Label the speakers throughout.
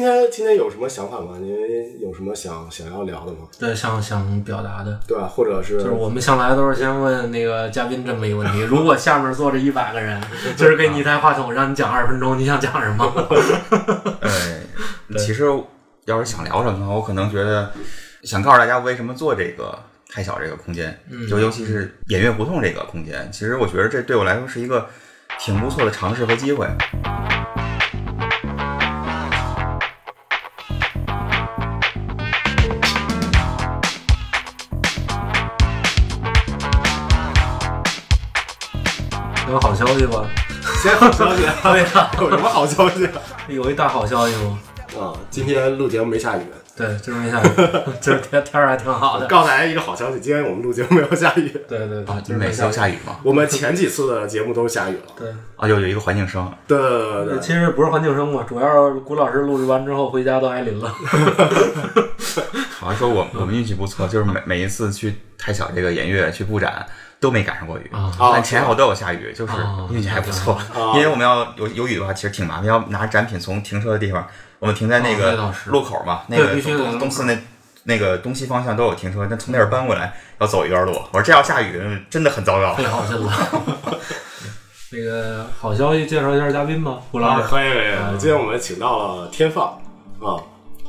Speaker 1: 今天今天有什么想法吗？你们有什么想想要聊的吗？
Speaker 2: 对，想想表达的，
Speaker 1: 对吧？或者是
Speaker 2: 就是我们向来都是先问那个嘉宾这么一个问题：如果下面坐着一百个 人，就是给你一台话筒，让你讲二十分钟，你想讲什么？
Speaker 3: 哎，其实要是想聊什么的话，我可能觉得想告诉大家为什么做这个太小这个空间，
Speaker 2: 嗯
Speaker 3: 就尤其是演乐胡同这个空间，其实我觉得这对我来说是一个挺不错的尝试和机会。
Speaker 2: 有好消息吧？
Speaker 1: 先好消息啊，
Speaker 2: 对呀，
Speaker 1: 有什么好消息啊？
Speaker 2: 有一大好消息吗？
Speaker 1: 啊，今天录节目没下雨，
Speaker 2: 对，就是 没下雨，就是天天儿还挺好的。
Speaker 1: 告诉大家一个好消息，今天我们录节目没有下雨。
Speaker 2: 对对对，
Speaker 3: 啊，
Speaker 2: 就是
Speaker 3: 你每次都
Speaker 2: 下雨。
Speaker 3: 下雨吗？
Speaker 1: 我们前几次的节目都是下雨了。
Speaker 2: 对，
Speaker 3: 啊，又有一个环境声，
Speaker 1: 对对对
Speaker 2: 呃
Speaker 1: 对，
Speaker 2: 其实不是环境声嘛，主要是谷老师录制完之后回家都挨淋了。
Speaker 3: 好像说我我们运气不错，就是每每一次去太小这个演乐去布展都没赶上过雨
Speaker 2: 啊
Speaker 3: 但前后都有下雨，就是
Speaker 2: 啊
Speaker 3: 运气还不错
Speaker 1: 啊。
Speaker 3: 因为我们要有有雨的话，其实挺麻烦，要拿展品从停车的地方，我们停在那
Speaker 2: 啊那倒
Speaker 3: 个
Speaker 2: 是
Speaker 3: 路口嘛，那
Speaker 2: 对
Speaker 3: 个
Speaker 2: 必须
Speaker 3: 东
Speaker 2: 得
Speaker 3: 东东四那那个东西方向都有停车，那从那儿搬过来要走一段路。我说这要下雨哎真的很糟糕
Speaker 2: 太。好心了。 那个好消息，介绍一下嘉宾吧，谷老
Speaker 1: 啊，
Speaker 2: 师。
Speaker 1: 可以可以。可以今天我们请到了天放啊，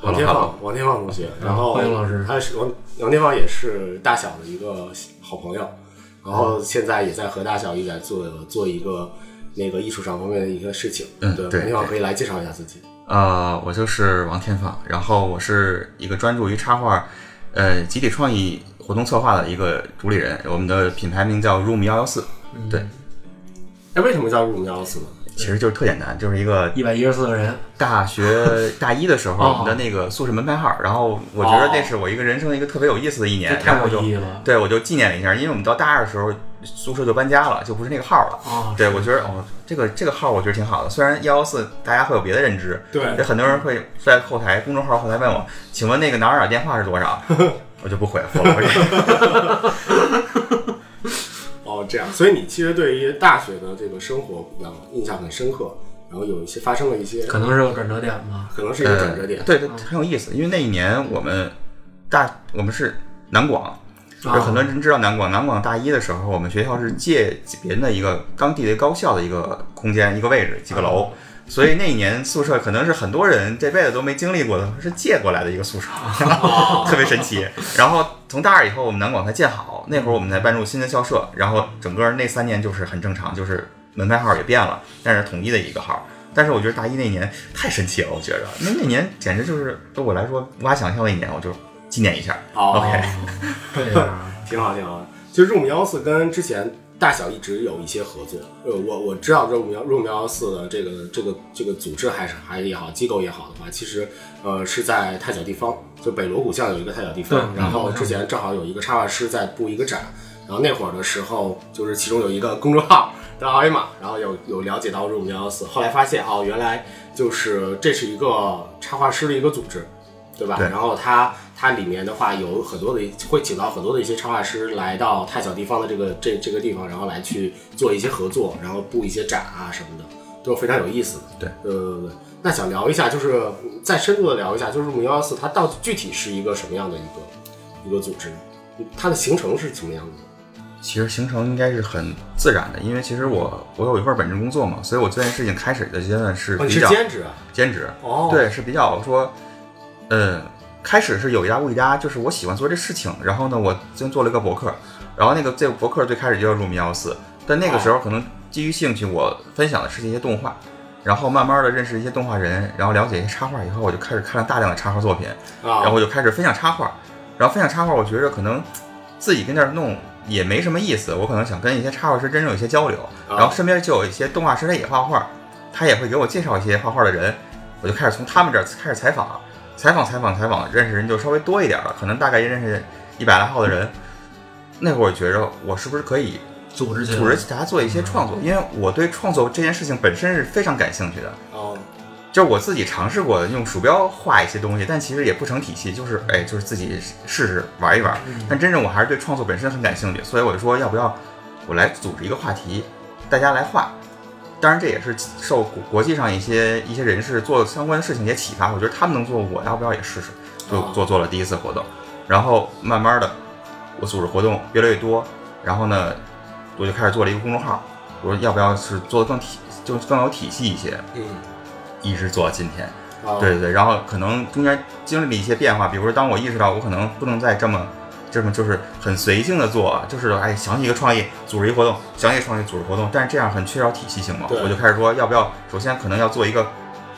Speaker 1: 王天放，王天放同学，然后
Speaker 2: 欢迎老师
Speaker 1: 他是王王天放也是大小的一个好朋友，然后现在也在和大小一起来做做一个那个艺术上方面的一个事情。
Speaker 3: 嗯
Speaker 1: 对，
Speaker 3: 对
Speaker 1: 王天放可以来介绍一下自己。
Speaker 3: 呃，我就是王天放，然后我是一个专注于插画，呃，集体创意活动策划的一个主理人。我们的品牌名叫 Room 幺幺四，
Speaker 2: 嗯
Speaker 3: 对，
Speaker 1: 哎，为什么叫入苗子呢？
Speaker 3: 其实就是特简单，就是一个
Speaker 2: 一百一十四个人，
Speaker 3: 大学 大一的时候
Speaker 2: 哦
Speaker 3: 我们的那个宿舍门牌号，然后我觉得那是我一个人生的一个特别有意思的一
Speaker 2: 这
Speaker 3: 年，
Speaker 2: 太
Speaker 3: 然后
Speaker 2: 有
Speaker 3: 就
Speaker 2: 意义了。
Speaker 3: 对我就纪念了一下，因为我们到大二的时候宿舍就搬家了，就不是那个号了。
Speaker 2: 啊，
Speaker 3: 对，我觉得哦，这个这个号我觉得挺好的，虽然幺幺四大家会有别的认知，
Speaker 1: 对
Speaker 3: 有很多人会在后台公众号后台问我，请问那个哪儿哪儿电话是多少？ 我就不回 复了。我这
Speaker 1: 哦，这样，所以你其实对于大学的这个生活比较印象很深刻，然后有一些发生了一些，
Speaker 2: 可能是有转折点吧。
Speaker 1: 可能是一个转折点嗯
Speaker 3: 呃。对，对很有意思，因为那一年我们大我们是南广，有很多人知道南广，南广大一的时候，我们学校是借别人的一个当地的高校的一个空间、一个位置、几个楼，所以那一年宿舍可能是很多人这辈子都没经历过的，是借过来的一个宿舍， 特别神奇。然后从大二以后，我们南广才建好，那会儿我们才搬入新的校舍，然后整个那三年就是很正常，就是门牌号也变了，但是统一的一个号。但是我觉得大一那年太神奇了，我觉着那那年简直就是对我来说无法想象的一年，我就纪念一下。
Speaker 1: 哦
Speaker 3: OK，
Speaker 2: 这样啊
Speaker 1: 挺好，挺好。其实 Room 幺四跟之前大小一直有一些合作，呃，我我知道 Room 幺 Room 幺四的这个这个这个组织还是还也好，机构也好的话，其实呃是在太小地方，就北锣鼓巷有一个太小地方，
Speaker 2: 对
Speaker 1: 然后之前正好有一个插画师在布一个展，然后那会儿的时候，就是其中有一个公众号的二维码，然后有有了解到 Room 幺四，后来发现哦，原来就是这是一个插画师的一个组织，对吧？
Speaker 3: 对
Speaker 1: 然后它它里面的话有很多的会请到很多的一些插画师来到太小地方的这个这这个地方，然后来去做一些合作，然后布一些展啊什么的，都是非常有意思的。
Speaker 3: 对，
Speaker 1: 对对对对。那想聊一下，就是嗯再深入的聊一下，就是 Room 幺四它到底具体是一个什么样的一个一个组织呢？它的形成是什么样子的？
Speaker 3: 其实行程应该是很自然的，因为其实我我有一份本职工作嘛，所以我这件事情开始的阶段是
Speaker 1: 哦，你
Speaker 3: 比
Speaker 1: 是
Speaker 3: 较
Speaker 1: 兼职啊？
Speaker 3: 兼职，
Speaker 1: 哦，
Speaker 3: 对，是比较说，嗯，开始是有一搭无一搭，就是我喜欢做这事情，然后呢，我先做了一个博客，然后那个这个博客最开始就叫入迷幺四，但
Speaker 1: 哦
Speaker 3: 那个时候可能基于兴趣，我分享的是一些动画。然后慢慢的认识一些动画人，然后了解一些插画以后，我就开始看了大量的插画作品，
Speaker 1: 啊，
Speaker 3: 然后我就开始分享插画，然后分享插画，我觉着可能自己跟那儿弄也没什么意思，我可能想跟一些插画师真正有一些交流，
Speaker 1: 啊
Speaker 3: 然后身边就有一些动画师他也画画，他也会给我介绍一些画画的人，我就开始从他们这儿开始采访，采访采访采访，认识人就稍微多一点了，可能大概也认识一百来号的人。那会儿我觉着我是不是可以
Speaker 2: 组织起来，
Speaker 3: 组织起来做一些创作，因为我对创作这件事情本身是非常感兴趣的。
Speaker 1: 哦，
Speaker 3: 就是我自己尝试过用鼠标画一些东西，但其实也不成体系，就是哎，就是自己试试玩一玩。但真正我还是对创作本身很感兴趣，所以我就说要不要我来组织一个话题，大家来画。当然这也是受国国际上一些一些人士做相关的事情也启发，我觉得他们能做，我要不要也试试？就
Speaker 1: 啊
Speaker 3: 做做了第一次活动，然后慢慢的，我组织活动越来越多，然后呢，我就开始做了一个公众号，我说要不要是做的更体，就更有体系一些，
Speaker 1: 嗯，
Speaker 3: 一直做到今天。
Speaker 1: 啊，
Speaker 3: 对对对，然后可能中间经历了一些变化，比如说当我意识到我可能不能再这么这么就是很随性的做，就是哎想起一个创意组织一活动，想起一个创意组织活动，但是这样很缺少体系性嘛，
Speaker 1: 对
Speaker 3: 我就开始说要不要首先可能要做一个。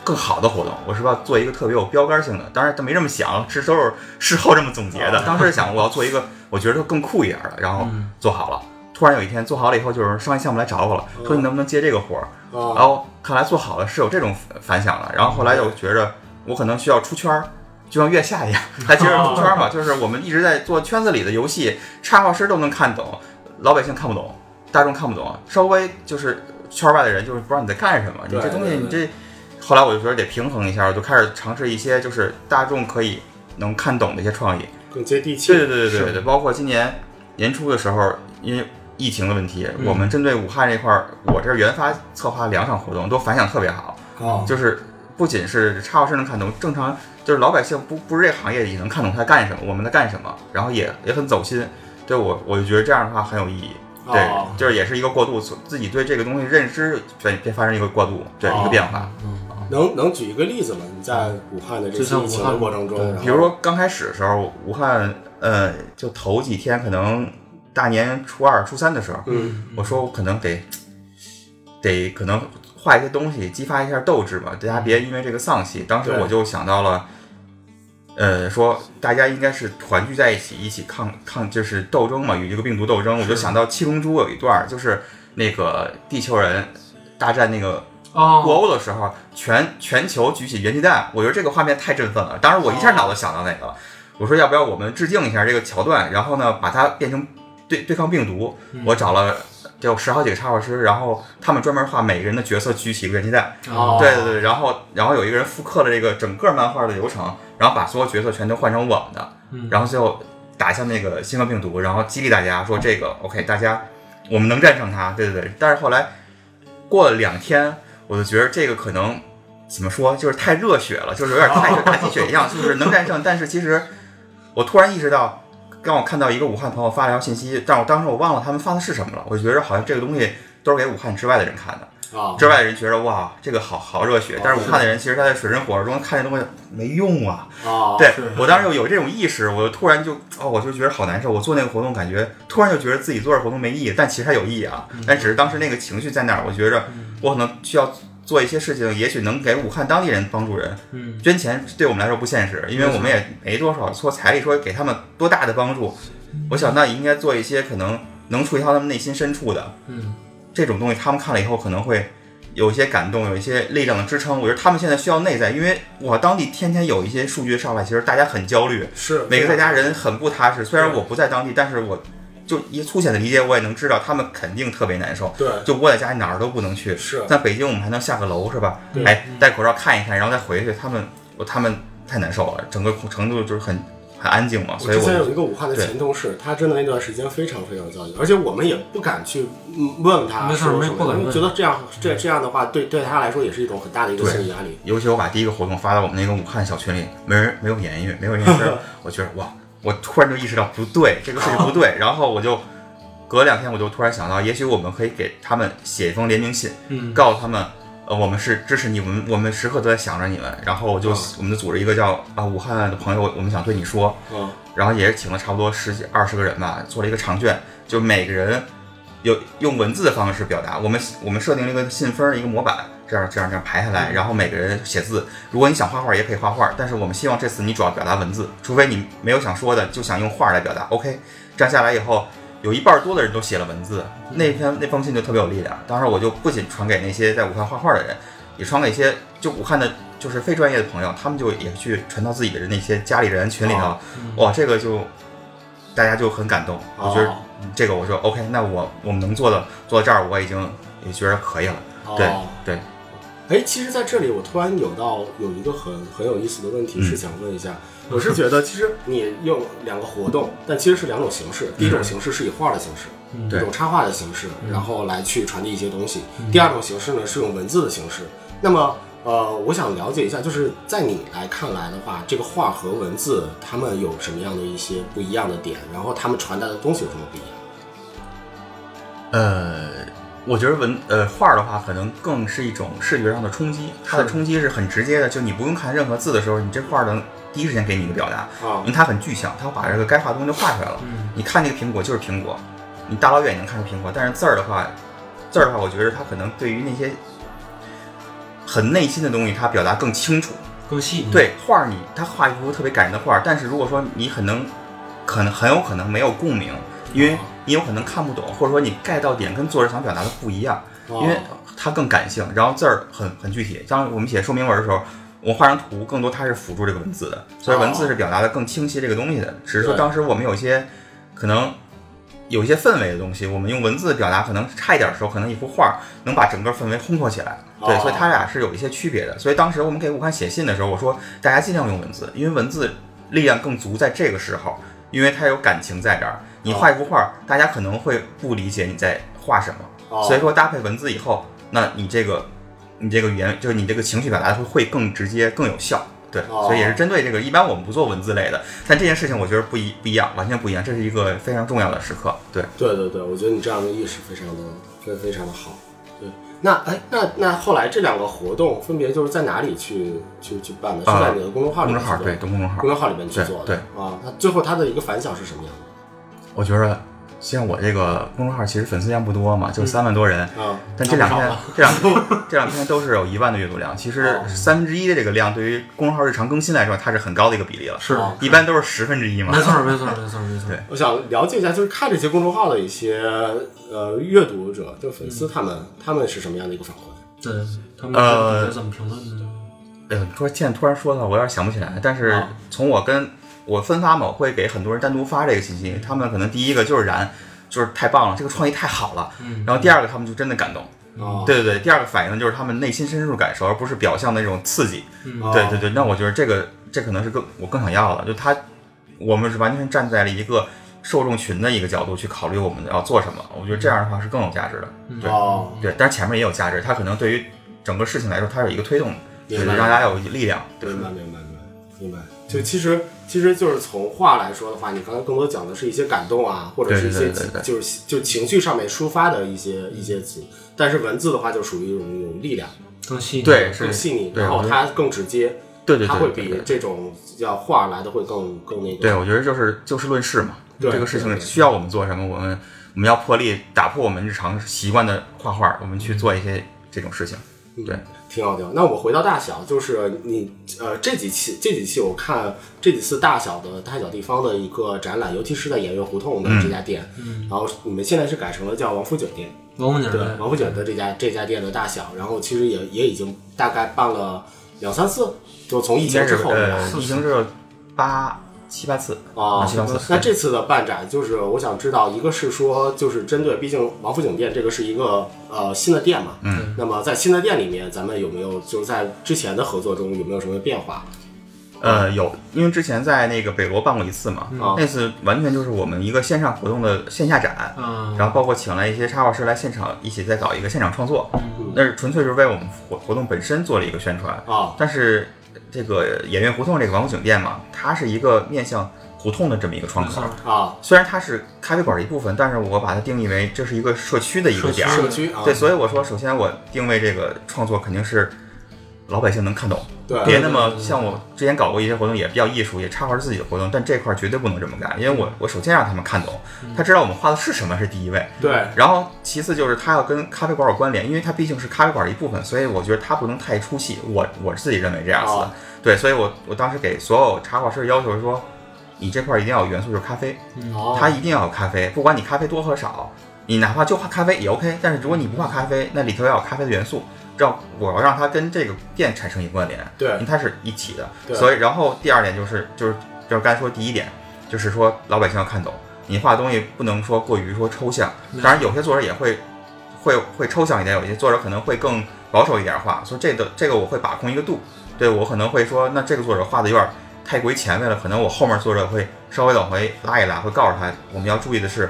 Speaker 3: 更好的活动，我是不是要做一个特别有标杆性的？当然，他没这么想，是都是事后这么总结的。当时想我要做一个我觉得更酷一点的，然后
Speaker 2: 嗯
Speaker 3: 做好了。突然有一天做好了以后，就是商业项目来找我了，说你能不能接这个活儿？
Speaker 1: 啊，
Speaker 3: 然后看来做好了是有这种反响的，然后后来又觉着我可能需要出圈儿，就像月下一样，还接着出圈 儿嘛，就是我们一直在做圈子里的游戏，插画师都能看懂，老百姓看不懂，大众看不懂，稍微就是圈儿外的人就是不知道你在干什么，你
Speaker 1: 对
Speaker 3: 这东西
Speaker 1: 对
Speaker 3: 你这，后来我就觉得得平衡一下，我就开始尝试一些就是大众可以能看懂的一些创意，
Speaker 1: 更接地气，
Speaker 3: 对对对对对对，包括今年年初的时候，因为疫情的问题，
Speaker 2: 嗯
Speaker 3: 我们针对武汉这块儿，我这儿原发策划两场活动，都反响特别好，
Speaker 1: 啊，
Speaker 3: 就是不仅是插画师能看懂，正常就是老百姓不不是这行业也能看懂他干什么，我们在干什么，然后也也很走心，对我我就觉得这样的话很有意义。对，
Speaker 1: 哦
Speaker 3: 就是也是一个过渡，从自己对这个东西认知变变发生一个过渡，对、一
Speaker 1: 哦
Speaker 3: 个变化。
Speaker 2: 嗯，
Speaker 1: 能能举一个例子吗？你在武汉的这
Speaker 2: 就
Speaker 1: 次
Speaker 2: 像
Speaker 1: 疫情
Speaker 2: 武汉
Speaker 1: 的过程中，
Speaker 2: 对
Speaker 1: 然后
Speaker 3: 比如说刚开始的时候，武汉呃，就头几天可能大年初二、初三的时候，
Speaker 1: 嗯，
Speaker 3: 我说我可能得得可能画一些东西，激发一下斗志嘛，大家别因为这个丧气。当时
Speaker 1: 对
Speaker 3: 我就想到了，呃，说大家应该是团聚在一起，一起抗抗就是斗争嘛，与这个病毒斗争。我就想到《七龙珠》有一段儿，就是那个地球人大战那个
Speaker 2: 哦，
Speaker 3: 布欧的时候，全全球举起元气弹，我觉得这个画面太振奋了。当时我一下脑子想到那个了，我说要不要我们致敬一下这个桥段，然后呢把它变成对对抗病毒。我找了得有十好几个插画师，然后他们专门画每个人的角色举起一个元气弹。
Speaker 1: 哦
Speaker 3: 对对对，然后然后有一个人复刻了这个整个漫画的流程，然后把所有角色全都换成我们的，
Speaker 2: 嗯
Speaker 3: 然后最后打向那个新冠病毒，然后激励大家说这个 OK，大家我们能战胜它，对对对。但是后来过了两天，我就觉得这个可能怎么说，就是太热血了，就是有点太大鸡血一样，就是能战胜，但是其实我突然意识到。让我看到一个武汉朋友发了条信息，但我当时我忘了他们发的是什么了。我就觉得好像这个东西都是给武汉之外的人看的，
Speaker 1: 啊，
Speaker 3: 之外的人觉得哇，这个好好热血
Speaker 1: 哦，
Speaker 3: 但是武汉的人其实他在水深火热中看这东西没用啊。
Speaker 1: 啊，
Speaker 3: 对
Speaker 2: 是
Speaker 3: 我当时有这种意识，我突然就哦，我就觉得好难受。我做那个活动，感觉突然就觉得自己做这活动没意义，但其实它有意义啊。但只是当时那个情绪在那儿，我觉着我可能需要做一些事情，也许能给武汉当地人帮助人。
Speaker 2: 嗯，
Speaker 3: 捐钱对我们来说不现实，因为我们也没嗯多少说财力说给他们多大的帮助。我想那应该做一些可能能触及到他们内心深处的，
Speaker 2: 嗯，
Speaker 3: 这种东西他们看了以后可能会有一些感动，有一些力量的支撑。我觉得他们现在需要内在，因为我当地天天有一些数据上来，其实大家很焦虑，
Speaker 1: 是
Speaker 3: 每个在家人很不踏实。虽然我不在当地，但是我就一粗浅的理解，我也能知道他们肯定特别难受，
Speaker 1: 对
Speaker 3: 就窝在家里哪儿都不能去。
Speaker 1: 是
Speaker 3: 在北京我们还能下个楼是吧？
Speaker 1: 对
Speaker 3: 哎，戴口罩看一看，然后再回去。他们，我他们太难受了，整个程度就是很很安静嘛，
Speaker 1: 我
Speaker 3: 所以
Speaker 1: 之
Speaker 3: 我
Speaker 1: 前
Speaker 3: 就
Speaker 1: 有一个武汉的
Speaker 3: 对
Speaker 1: 前同事，他真的那段时间非常非常有教育，而且我们也不敢去嗯问他
Speaker 2: 没事
Speaker 1: 说
Speaker 2: 没
Speaker 1: 什么
Speaker 2: 不敢
Speaker 1: 因为
Speaker 2: 问
Speaker 1: 觉得这样这这样的话，对对他来说也是一种很大的一个心理压力。
Speaker 3: 尤其我把第一个活动发到我们那个武汉小群里，没人没有言语，没有人声，我觉得哇，我突然就意识到不对，这个事情不对，然后我就隔两天我就突然想到，也许我们可以给他们写一封联名信，
Speaker 2: 嗯
Speaker 3: 告诉他们。呃，我们是支持你，我们我们时刻都在想着你们。然后我就、
Speaker 1: 嗯
Speaker 3: 我们就组织一个叫啊武汉的朋友，我们想对你说，
Speaker 1: 嗯，
Speaker 3: 然后也是请了差不多十几二十个人吧，做了一个长卷，就每个人有用文字的方式表达。我们我们设定了一个信封儿，一个模板，这样这样这样排下来，然后每个人写字。如果你想画画，也可以画画，但是我们希望这次你主要表达文字，除非你没有想说的，就想用画来表达。OK，这样下来以后。有一半多的人都写了文字，那篇那封信就特别有力量。当时我就不仅传给那些在武汉画画的人，也传给一些就武汉的，就是非专业的朋友，他们就也去传到自己的那些家里人群里头，
Speaker 1: 哦
Speaker 3: 哇，这个就大家就很感动。我觉得
Speaker 1: 哦
Speaker 3: 这个，我说 OK，那我我们能做的做到这儿，我已经也觉得可以了。对
Speaker 1: 哦
Speaker 3: 对，
Speaker 1: 哎，其实在这里我突然有到有一个很很有意思的问题
Speaker 3: 嗯
Speaker 1: 是想问一下，我是觉得其实你用两个活动，但其实是两种形式。第一种
Speaker 3: 嗯
Speaker 1: 形式是以画的形式，
Speaker 3: 对
Speaker 2: 嗯
Speaker 1: 一种插画的形式，然后来去传递一些东西。第二种形式呢是用文字的形式。那么呃，我想了解一下，就是在你来看来的话，这个画和文字它们有什么样的一些不一样的点，然后它们传达的东西有什么不一样？
Speaker 3: 呃，我觉得文呃画儿的话，可能更是一种视觉上的冲击，它的
Speaker 1: 是
Speaker 3: 冲击是很直接的，就你不用看任何字的时候，你这画儿能第一时间给你一个表达，
Speaker 1: 啊
Speaker 3: 因为它很具象，它把这个该画的东西就画出来了。
Speaker 2: 嗯
Speaker 3: 你看这个苹果就是苹果，你大老远能看出苹果，但是字儿的话，字儿的话，我觉得它可能对于那些很内心的东西，它表达更清楚。
Speaker 2: 更细腻。，
Speaker 3: 对画儿你，他画一幅特别感人的画儿，但是如果说你很能，可能很有可能没有共鸣，因为你有可能看不懂，或者说你 get 到点跟作者想表达的不一样，
Speaker 1: 啊哦
Speaker 3: 因为它更感性，然后字儿很很具体。当我们写说明文的时候，我画张图，更多它是辅助这个文字的，所以文字是表达的更清晰这个东西的。只是说
Speaker 1: 嗯对
Speaker 3: 当时我们有一些可能。有一些氛围的东西，我们用文字表达可能差一点的时候，可能一幅画儿能把整个氛围烘托起来。对，
Speaker 1: 哦
Speaker 3: 所以它俩是有一些区别的。所以当时我们给武汉写信的时候，我说大家尽量用文字，因为文字力量更足在这个时候，因为它有感情在这儿。你画一幅画，大家可能会不理解你在画什么，
Speaker 1: 哦
Speaker 3: 所以说搭配文字以后，那你这个你这个语言就是你这个情绪表达会会更直接、更有效。对，
Speaker 1: 哦
Speaker 3: 所以也是针对这个。一般我们不做文字类的，但这件事情我觉得不一不一样，完全不一样。这是一个非常重要的时刻。对，
Speaker 1: 对对对，我觉得你这样的意识非常的非非常的好。对，那哎，那那后来这两个活动分别就是在哪里去去去办的？是
Speaker 3: 啊
Speaker 1: 在你的公众号
Speaker 3: 公
Speaker 1: 里面
Speaker 3: 众
Speaker 1: 去
Speaker 3: 号
Speaker 1: 做
Speaker 3: 对，
Speaker 1: 的，
Speaker 3: 公众号
Speaker 1: 公。众号里面去
Speaker 3: 对
Speaker 1: 做的。
Speaker 3: 对
Speaker 1: 啊，那最后它的一个反响是什么样
Speaker 3: 我觉得像我这个公众号其实粉丝量不多嘛，就三万多人，
Speaker 1: 的？啊，
Speaker 3: 但这两天
Speaker 2: 那
Speaker 3: 这两天这两天都是有一万的阅读量。其实
Speaker 1: 哦
Speaker 3: 三分之一的这个量对于公众号日常更新来说，它是很高的一个比例了。
Speaker 2: 是的，
Speaker 3: 一般都是十分之一嘛
Speaker 2: 没。错，没错，没错，没错。
Speaker 3: 对
Speaker 1: 我想了解一下，就是看这些公众号的一些呃阅读者，就粉丝他们、他们是什么样的一个反馈？
Speaker 2: 对，他们
Speaker 3: 呃
Speaker 2: 怎么评论的呢？
Speaker 3: 呃，突然现在突然说的话，我有点想不起来。但是
Speaker 2: 啊
Speaker 3: 从我跟我分发嘛，我会给很多人单独发这个信息。他们可能第一个就是燃，就是太棒了，这个创意太好了。
Speaker 2: 嗯
Speaker 3: 然后第二个，他们就真的感动。
Speaker 1: 哦，
Speaker 3: 呃对对对，第二个反应就是他们内心深处感受，而不是表象的那种刺激。
Speaker 1: 哦
Speaker 3: 嗯对对对，那我觉得这个这可能是更我更想要的，就他我们是完全站在了一个受众群的一个角度去考虑我们要做什么，我觉得这样的话是更有价值的。对
Speaker 2: 嗯
Speaker 1: 哦，
Speaker 3: 对，但是前面也有价值，它可能对于整个事情来说，它有一个推动，对，
Speaker 1: 明白
Speaker 3: 让大家有力量。对，
Speaker 1: 明白，明白，明白，明白。就其实，其实就是从话来说的话，你刚才更多讲的是一些感动啊，或者是一些
Speaker 3: 对对对对对
Speaker 1: 就是就情绪上面抒发的一些一些词。但是文字的话，就属于一种一种力量，
Speaker 2: 更细腻。
Speaker 3: 对
Speaker 1: 更
Speaker 3: 是，
Speaker 1: 细腻，
Speaker 3: 对
Speaker 1: 然后
Speaker 3: 我觉得
Speaker 1: 它更直接，
Speaker 3: 对对
Speaker 1: 它会
Speaker 3: 对对
Speaker 1: 比
Speaker 3: 对。
Speaker 1: 这种要话来的会更更那个。
Speaker 3: 对，我觉得就是就事论事嘛，
Speaker 1: 对
Speaker 3: 这个事
Speaker 1: 对
Speaker 3: 情
Speaker 1: 对
Speaker 3: 需要我们做什么，我们我们要破例打破我们日常习惯的画画，我们去做一些这种事情。对，
Speaker 1: 挺好挺好。那我们回到大小，就是你呃这几期这几期我看这几次大小的大小地方的一个展览，尤其是在演员胡同
Speaker 3: 嗯
Speaker 1: 的这家店，然后你们现在是改成了叫王府井店，
Speaker 2: 王府井
Speaker 1: 对
Speaker 2: 的，
Speaker 1: 王府井的这家这家店的大小，然后其实也也已经大概办了两三次，就从疫
Speaker 3: 应
Speaker 1: 情
Speaker 3: 该
Speaker 1: 之
Speaker 3: 是
Speaker 1: 后以来
Speaker 3: 呃，已经是八七八次
Speaker 1: 啊
Speaker 3: 七八次。
Speaker 1: 那这次的办展，就是我想知道，一个是说，就是针对，毕竟王府井店这个是一个呃新的店嘛，嗯，那么在新的店里面，咱们有没有就是在之前的合作中有没有什么变化？
Speaker 3: 呃，有，因为之前在那个北罗办过一次嘛，
Speaker 1: 啊
Speaker 3: 那次完全就是我们一个线上活动的线下展，
Speaker 2: 嗯，
Speaker 3: 然后包括请来一些插画师来现场一起再搞一个现场创作，那是纯粹是为我们活活动本身做了一个宣传。
Speaker 1: 啊
Speaker 3: 但是这个演员胡同这个王府井店嘛，它是一个面向胡同的这么一个窗口，
Speaker 1: 啊，
Speaker 3: 虽然它是咖啡馆的一部分，但是我把它定义为这是一个社区的一个点儿，
Speaker 1: 社区啊，
Speaker 3: 对，所以我说，首先我定位这个创作肯定是老百姓能看懂，
Speaker 1: 对
Speaker 3: 别那么像我之前搞过一些活动，也比较艺术，也插画自己的活动，但这块儿绝对不能这么干，因为我我首先让他们看懂，
Speaker 1: 嗯
Speaker 3: 他知道我们画的是什么是第一位，
Speaker 1: 对
Speaker 3: 然后其次就是他要跟咖啡馆有关联，因为他毕竟是咖啡馆的一部分，所以我觉得他不能太出戏，我我自己认为这样子的
Speaker 1: 哦，
Speaker 3: 对，所以我我当时给所有插画师的要求是说，你这块儿一定要有元素就是咖啡，
Speaker 1: 哦
Speaker 3: 它一定要有咖啡，不管你咖啡多和少，你哪怕就画咖啡也 OK。但是如果你不画咖啡，那里头要有咖啡的元素，让我要让它跟这个店产生一个关联，
Speaker 1: 对
Speaker 3: 因为它是一起
Speaker 1: 对
Speaker 3: 的。所以，然后第二点就是就是就是刚才说第一点，就是说老百姓要看懂，你画的东西不能说过于说抽象
Speaker 2: 没。错
Speaker 3: 当然，有些作者也会会会抽象一点，有些作者可能会更保守一点画，说这个这个我会把控一个度，对我可能会说，那这个作者画的有点太过于前卫了，可能我后面作者会稍微往回拉一拉，会告诉他我们要注意的是，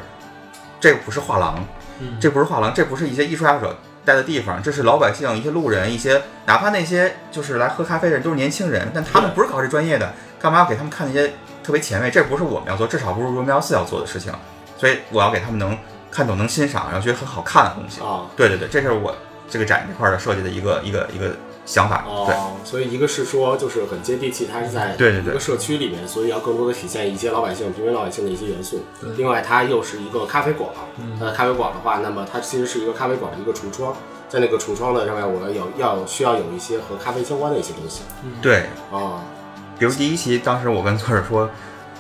Speaker 3: 这不是画廊，
Speaker 2: 嗯
Speaker 3: 这不是画廊，这不是一些艺术爱好者待的地方，这是老百姓、一些路人、一些哪怕那些就是来喝咖啡的人都是年轻人，但他们不是搞这专业的，干嘛要给他们看那些特别前卫？这不是我们要做，至少不是我们要四要做的事情。所以我要给他们能看懂、能欣赏，然后觉得很好看的东西。
Speaker 1: 啊。
Speaker 3: 对对对，这是我这个展这块儿的设计的一个一个一个想法。对，
Speaker 1: 哦，所以一个是说就是很接地气，它是在
Speaker 3: 对对
Speaker 1: 一
Speaker 3: 对
Speaker 1: 个社区里面，所以要更多的体现一些老百姓、平民老百姓的一些元素
Speaker 2: 对。
Speaker 3: 嗯
Speaker 1: 另外，它又是一个咖啡馆，
Speaker 2: 嗯
Speaker 1: 它的咖啡馆的话，那么它其实是一个咖啡馆的一个橱窗，在那个橱窗呢上面，我们有要需要有一些和咖啡相关的一些东西
Speaker 3: 对，
Speaker 1: 啊。
Speaker 3: 比如第一期，当时我跟作者说，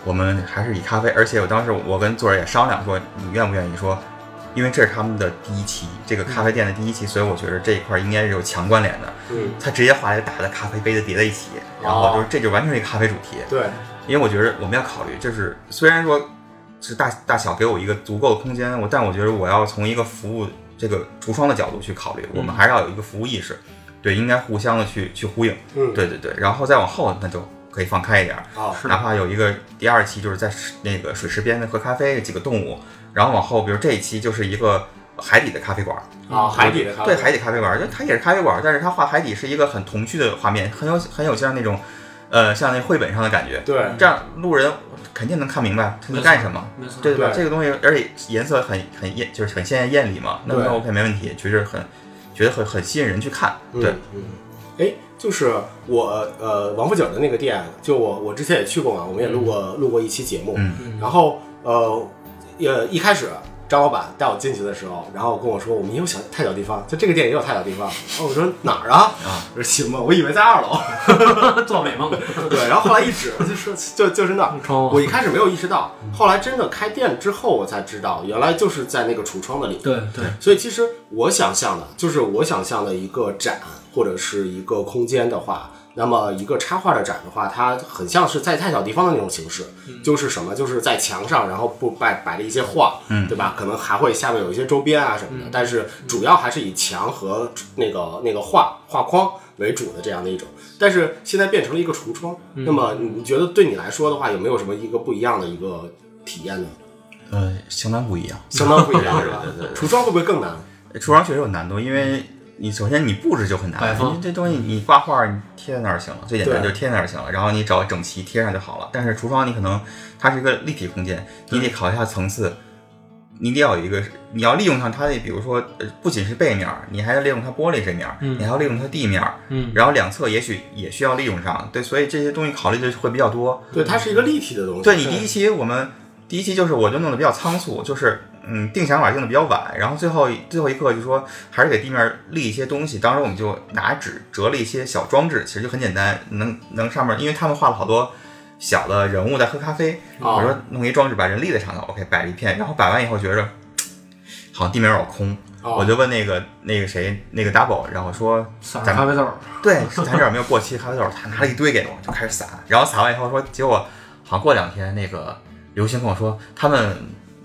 Speaker 3: 我们还是以咖啡，而且我当时我跟作者也商量说，你愿不愿意说，因为这是他们的第一期，这个咖啡店的第一期，所以我觉得这一块儿应该是有强关联的。
Speaker 1: 嗯，
Speaker 3: 他直接画了一个大的咖啡杯子叠在一起，然后就是这就完全是一个咖啡主题。
Speaker 1: 对，
Speaker 3: 因为我觉得我们要考虑，就是虽然说是大大小给我一个足够的空间，我但我觉得我要从一个服务这个橱窗的角度去考虑，我们还是要有一个服务意识，对，应该互相的去去呼应，
Speaker 1: 嗯，
Speaker 3: 对对对，然后再往后那就可以放开一点儿，
Speaker 1: 啊，
Speaker 3: 哪怕有一个第二期就是在水那个水池边喝咖啡几个动物，然后往后比如这一期就是一个海底的咖啡馆，
Speaker 1: 啊，海底的咖啡
Speaker 3: 对海底咖啡馆，就它也是咖啡馆，但是它画海底是一个很童趣的画面，很有很有像那种，呃，像那绘本上的感觉。
Speaker 1: 对
Speaker 3: 这样路人肯定能看明白他在干什么，
Speaker 2: 没错，
Speaker 3: 对吧？
Speaker 1: 对
Speaker 3: 这个东西，而且颜色很很艳，就是很鲜艳艳丽嘛，那
Speaker 1: 对
Speaker 3: 那 OK 没问题，觉得很觉得很很吸引人去看，对。
Speaker 1: 嗯，嗯，哎，就是我呃王府井的那个店，就我我之前也去过嘛，我们也录过、录过一期节目，
Speaker 3: 嗯
Speaker 1: 然后呃也一开始。张老板带我进去的时候，然后跟我说我们也有小太小地方，就这个店也有太小地方。哦，我说哪儿啊？
Speaker 3: 啊，
Speaker 1: 我说行吧，我以为在二楼。
Speaker 2: 做 美梦，
Speaker 1: 对，然后后来一指就说就就是那儿。
Speaker 2: 窗户
Speaker 1: 我一开始没有意识到，后来真的开店之后我才知道，原来就是在那个橱窗的里面。
Speaker 2: 对对，
Speaker 1: 所以其实我想象的，就是我想象的一个展或者是一个空间的话，那么一个插画的展的话，它很像是在太小地方的那种形式，就是什么，就是在墙上，然后不摆摆着一些画，
Speaker 3: 嗯
Speaker 1: 对吧？可能还会下面有一些周边啊什么的，但是主要还是以墙和那个那个画画框为主的这样的一种。但是现在变成了一个橱窗，
Speaker 3: 嗯
Speaker 1: 那么你觉得对你来说的话，有没有什么一个不一样的一个体验呢？
Speaker 3: 呃，相当不一样。
Speaker 1: 相当不一 样是吧
Speaker 3: 对对对？
Speaker 1: 橱窗会不会更难？
Speaker 3: 橱窗确实有难度，因
Speaker 2: 嗯
Speaker 3: 为你首先你布置就很
Speaker 2: 摆
Speaker 3: 难，
Speaker 2: 放
Speaker 3: 因为这东西你挂画你贴在那儿行了，最简单
Speaker 1: 对
Speaker 3: 就是贴在那儿行了，然后你找整齐贴上就好了。但是橱窗你可能它是一个立体空间，你得考虑一下层次，你得要有一个你要利用上它的，比如说呃不仅是背面儿，你还要利用它玻璃这面儿，
Speaker 2: 嗯
Speaker 3: 你还要利用它地面儿，
Speaker 2: 嗯，
Speaker 3: 然后两侧也许也需要利用上，对，所以这些东西考虑的会比较多。
Speaker 1: 对，它是一个立体的东西。
Speaker 3: 对你第一期我们第一期就是我就弄得比较仓促，就是嗯定想法定的比较晚，然后最后最后一刻就说还是给地面立一些东西，当时我们就拿纸折了一些小装置，其实就很简单，能能上面因为他们画了好多。小的人物在喝咖啡，
Speaker 1: 哦
Speaker 3: 我说弄一装置把人立在上头，OK，摆了一片，然后摆完以后觉着嘖好像地面有点空，
Speaker 1: 哦
Speaker 3: 我就问那个那个谁那个 double，然后说
Speaker 2: 撒上咖啡豆儿，
Speaker 3: 对， 咱这儿有没有过期咖啡豆？他拿了一堆给我，就开始撒。然后撒完以后说，结果好像过两天，那个刘星跟我说，他们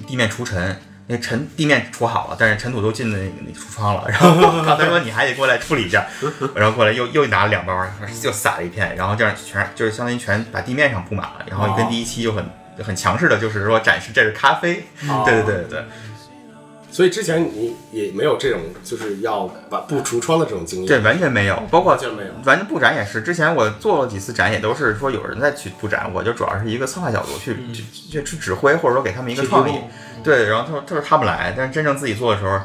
Speaker 3: 地面除尘，那尘地面除好了，但是尘土都进那那橱窗了。 然后他说你还得过来处理一下，然后过来又又拿了两包，又撒了一片，然后这样全就是相当于全把地面上铺满了。然后跟第一期就很很强势的，就是说展示这是咖啡。
Speaker 1: 哦
Speaker 3: 对对对对对。
Speaker 1: 所以之前你也没有这种就是要把不橱窗的这种经
Speaker 3: 这
Speaker 1: 验，
Speaker 3: 完全没有，包括
Speaker 1: 完全没有
Speaker 3: 完全布展也是。之前我做了几次展，也都是说有人在去布展，我就主要是一个策划角度去、
Speaker 1: 嗯
Speaker 3: 去去去指挥，或者说给他们一个
Speaker 2: 去
Speaker 3: 创
Speaker 2: 提
Speaker 3: 意
Speaker 2: 供。
Speaker 3: 对，然后他说他说他们来，但是真正自己做的时候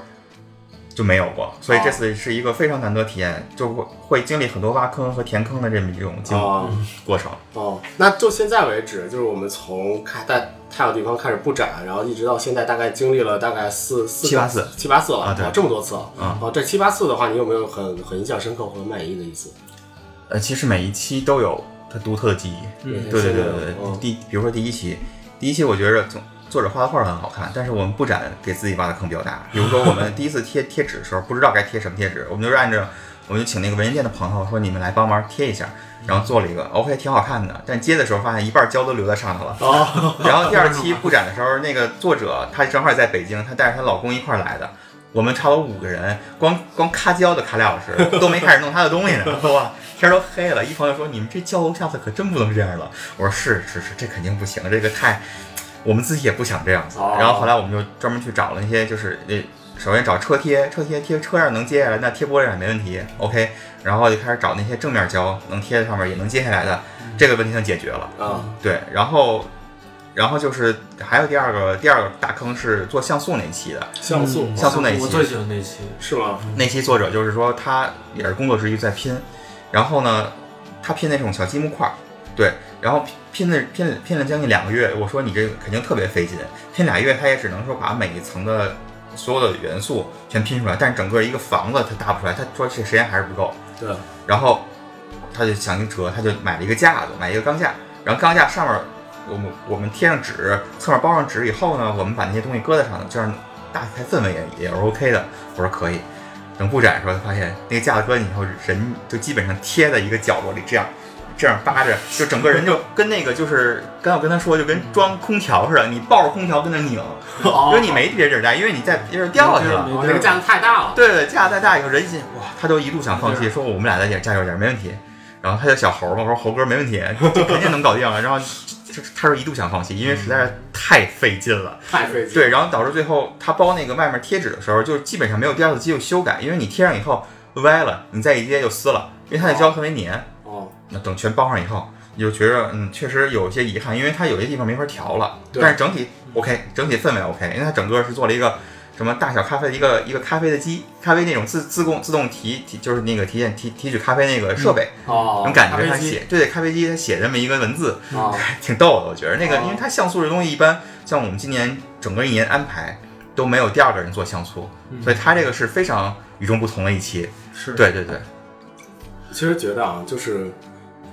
Speaker 3: 就没有过，所以
Speaker 1: 哦
Speaker 3: 这次是一个非常难得体验，就会会经历很多挖坑和填坑的这么一种经、
Speaker 1: 哦
Speaker 3: 过程。
Speaker 1: 哦，那就现在为止，就是我们从开在太小地方开始布展，然后一直到现在，大概经历了大概四四
Speaker 3: 七八次
Speaker 1: 七八次了
Speaker 3: 啊对
Speaker 1: 哦这么多次了
Speaker 3: 嗯
Speaker 1: 哦，这七八次的话，你有没有很很印象深刻或者满意的一次？
Speaker 3: 呃，其实每一期都有它独特的记忆。
Speaker 2: 嗯
Speaker 3: 对
Speaker 1: 是
Speaker 3: 对对对
Speaker 1: 的
Speaker 3: 对，
Speaker 1: 嗯
Speaker 3: 第比如说第一期，第一期我觉着总作者画的画很好看，但是我们布展给自己挖的坑比较大。比如说我们第一次贴 贴纸的时候，不知道该贴什么贴纸，我们就是按照我们就请那个文人店的朋友说你们来帮忙贴一下，然后做了一个 OK 挺好看的，但接的时候发现一半胶都留在上头了。
Speaker 1: 哦，
Speaker 3: 然后第二期布展的时候，那个作者她正好也在北京，她带着她老公一块儿来的。我们差不多五个人，光光咔胶的咔俩小时，都没开始弄他的东西呢。哇，天都黑了。一朋友说：“你们这交楼下次可真不能这样了。”我说：“是是是，这肯定不行，这个太……我们自己也不想这样子。”
Speaker 1: 哦
Speaker 3: 然后后来我们就专门去找了一些，就是呃，首先找车贴，车贴贴车上能揭下来，那贴玻璃上没问题，OK。然后就开始找那些正面胶，能贴在上面也能揭下来的，这个问题算解决了。
Speaker 1: 啊，
Speaker 3: 对，然后，然后就是还有第二个第二个大坑是做像素那期的，
Speaker 1: 像素
Speaker 2: 嗯
Speaker 3: 像素那一期
Speaker 2: 我最喜欢那期，
Speaker 1: 是吗？
Speaker 3: 那期作者就是说他也是工作之余在拼，然后呢，他拼那种小积木块儿，对，然后拼拼了拼了拼了将近两个月，我说你这肯定特别费劲，拼俩月他也只能说把每一层的所有的元素全拼出来，但是整个一个房子他搭不出来，他说这时间还是不够，
Speaker 1: 对，
Speaker 3: 然后他就想一辙，他就买了一个架子，买一个钢架，然后钢架上面我们我们贴上纸，侧面包上纸以后呢，我们把那些东西搁在上头，这样大概氛围也也是 OK 的。我说可以。等布展的时候，他发现那个架子搁进去以后，人就基本上贴在一个角落里，这样这样扒着，就整个人就跟那个就是刚要跟他说，就跟装空调似的，你抱着空调跟那拧，因为你没别地儿待，因为你在别地儿掉下去了。
Speaker 2: 没地儿
Speaker 1: 哦，那个架子太大了，
Speaker 3: 对对，架再大以后人一进，哇，他都一度想放弃，说我们俩再加加油点儿没问题。然后他叫小猴嘛，我说猴哥没问题，就肯定能搞定了。然后就他说一度想放弃，因为实在是太费劲了。
Speaker 1: 太费劲。
Speaker 3: 对，然后导致最后他包那个外面贴纸的时候，就基本上没有第二次机会修改，因为你贴上以后歪了，你再一接就撕了，因为它那胶特别粘。
Speaker 1: 哦，
Speaker 3: 那等全包上以后，你就觉着嗯，确实有些遗憾，因为它有些地方没法调了。
Speaker 1: 对
Speaker 3: 但是整体 OK，整体氛围 OK，因为它整个是做了一个什么大小咖啡的一个一个咖啡的机，咖啡那种自自动自动提提就是那个提现提提取咖啡那个设备，
Speaker 1: 哦，
Speaker 3: 能感觉它
Speaker 1: 咖啡机
Speaker 3: 写对对咖啡机它写这么一个文字，
Speaker 1: 哦，
Speaker 3: 挺逗的。我觉得那个，
Speaker 1: 哦
Speaker 3: 因为它像素这东西一般，像我们今年整个一年安排都没有第二个人做像素，所以它这个是非常与众不同的一期。
Speaker 2: 是
Speaker 3: 对对对，
Speaker 1: 其实觉得啊，就是，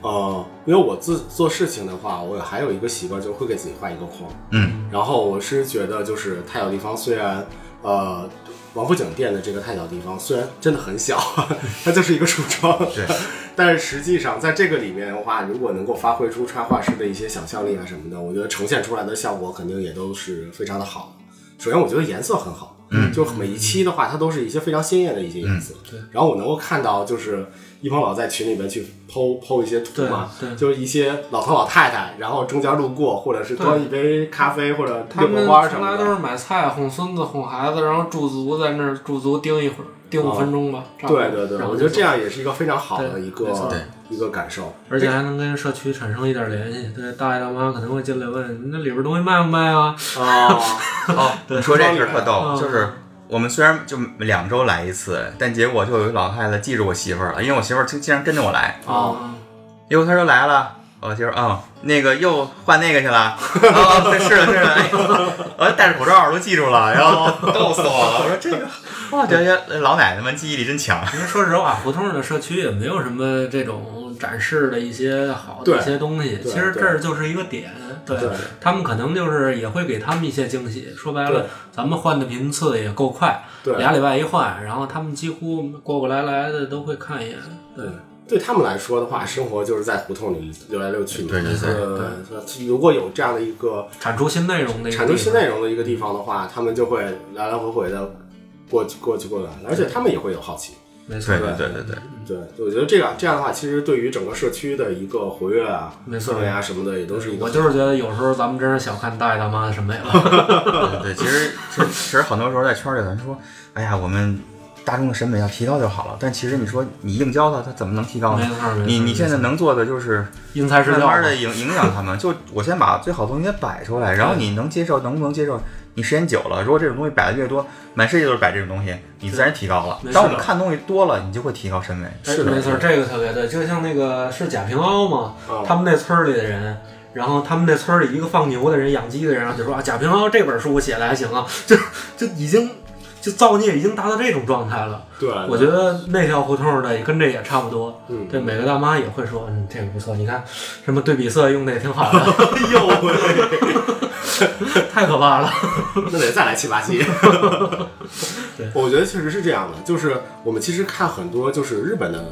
Speaker 1: 呃，因为我自做事情的话，我还有一个习惯，就是会给自己画一个框。
Speaker 3: 嗯
Speaker 1: 然后我是觉得，就是太小地方虽然，呃，王府井店的这个太小地方虽然真的很小， 它就是一个橱窗，
Speaker 3: 对，
Speaker 1: 但是实际上在这个里面的话，如果能够发挥出插画师的一些想象力啊什么的，我觉得呈现出来的效果肯定也都是非常的好。首先，我觉得颜色很好，
Speaker 3: 嗯
Speaker 1: 就每一期的话，它都是一些非常鲜艳的一些颜色。
Speaker 2: 对
Speaker 1: 然后我能够看到，就是一鹏老在群里面去剖剖一些图嘛，
Speaker 2: 对对
Speaker 1: 就是一些老头老太太，然后中间路过，或者是端一杯咖啡或者
Speaker 2: 他
Speaker 1: 遛
Speaker 2: 们
Speaker 1: 个弯儿什
Speaker 2: 从来
Speaker 1: 么
Speaker 2: 都
Speaker 1: 的。
Speaker 2: 是买菜、哄孙子、哄孩子，然后驻足在那儿驻足盯一会儿，盯
Speaker 1: 哦
Speaker 2: 五分钟吧。差不多
Speaker 1: 对对对，
Speaker 2: 然后
Speaker 1: 我觉
Speaker 2: 就
Speaker 1: 得这
Speaker 2: 走
Speaker 1: 样也是一个非常好的
Speaker 2: 对
Speaker 1: 一个
Speaker 2: 没错对
Speaker 1: 一个感受。
Speaker 2: 而且还能跟社区产生一点联系。对，大爷大妈可能会进来问：“那里边东西卖不卖啊
Speaker 1: 哦，
Speaker 3: 哦，你说这事儿特
Speaker 2: 嗯
Speaker 3: 逗，就是我们虽然就两周来一次，但结果就有一个老太太记住我媳妇儿了，因为我媳妇儿经经常跟着我来，？”
Speaker 1: 哦，
Speaker 2: 嗯
Speaker 3: 结果她说来了。我媳妇儿啊、那个又换那个去了，哦，对是的，是的，哎呦我戴着口罩我都记住了，然后逗死我了。我说这个，哇，这些老奶奶们记忆力真强。
Speaker 2: 其实说实话，胡同儿的社区也没有什么这种展示的一些好
Speaker 1: 对
Speaker 2: 的一些东西。
Speaker 1: 对
Speaker 2: 其实这儿就是一个点，对
Speaker 1: 对
Speaker 2: 他们可能就是也会给他们一些惊喜。说白了
Speaker 1: 对，
Speaker 2: 咱们换的频次也够快，
Speaker 1: 对
Speaker 2: 俩礼拜一换，然后他们几乎过过来来的都会看一眼。对，
Speaker 1: 对他们来说的话，生活就是在胡同里溜来溜去嘛。
Speaker 3: 对对对
Speaker 1: 呃，如果有这样的一个
Speaker 2: 产出新内容的一个
Speaker 1: 产出
Speaker 2: 地方
Speaker 1: 新内容的一个地方的话，他们就会来来回回的过去过去过来，而且他们也会有好奇。
Speaker 2: 没错
Speaker 3: 对，对对对对，
Speaker 1: 对，我觉得这个这样的话，其实对于整个社区的一个活跃啊、
Speaker 2: 没错
Speaker 1: 氛围啊什么的，也都是一个
Speaker 2: 我就是觉得有时候咱们真是小看大爷大妈的审美了。
Speaker 3: 对对，其实其实其实很多时候在圈里，咱说，哎呀，我们大众的审美要提高就好了。但其实你说你硬教他，他怎么能提高
Speaker 2: 没
Speaker 3: 呢？
Speaker 2: 错，没错。
Speaker 3: 啊你你现在能做的就是
Speaker 2: 因材施
Speaker 3: 慢
Speaker 2: 教嘛，
Speaker 3: 慢的影影响他们。就我先把最好的东西先摆出来，然后你能接受，能不能接受？你时间久了，如果这种东西摆的越多，满世界都是摆这种东西，你自然提高了
Speaker 2: 没。事
Speaker 3: 当我们
Speaker 2: 的
Speaker 3: 看东西多了，你就会提高审美。
Speaker 2: 哎
Speaker 1: 是的
Speaker 2: 没错，这个特别对，就像那个是贾平凹嘛，
Speaker 1: 啊
Speaker 2: 他们那村儿里的人，然后他们那村儿里一个放牛的人、养鸡的人，然后就说啊，贾平凹这本书写的还行啊，就就已经就造孽已经达到这种状态了。
Speaker 1: 对，
Speaker 2: 我觉得那条胡同的跟这也差不多，
Speaker 1: 嗯，
Speaker 2: 对，每个大妈也会说，嗯，这个不错，你看什么对比色用的也挺好的， 哎呦喂，太可怕了，
Speaker 1: 那得再来七八集。
Speaker 2: 对
Speaker 1: 我觉得确实是这样的，就是我们其实看很多，就是日本的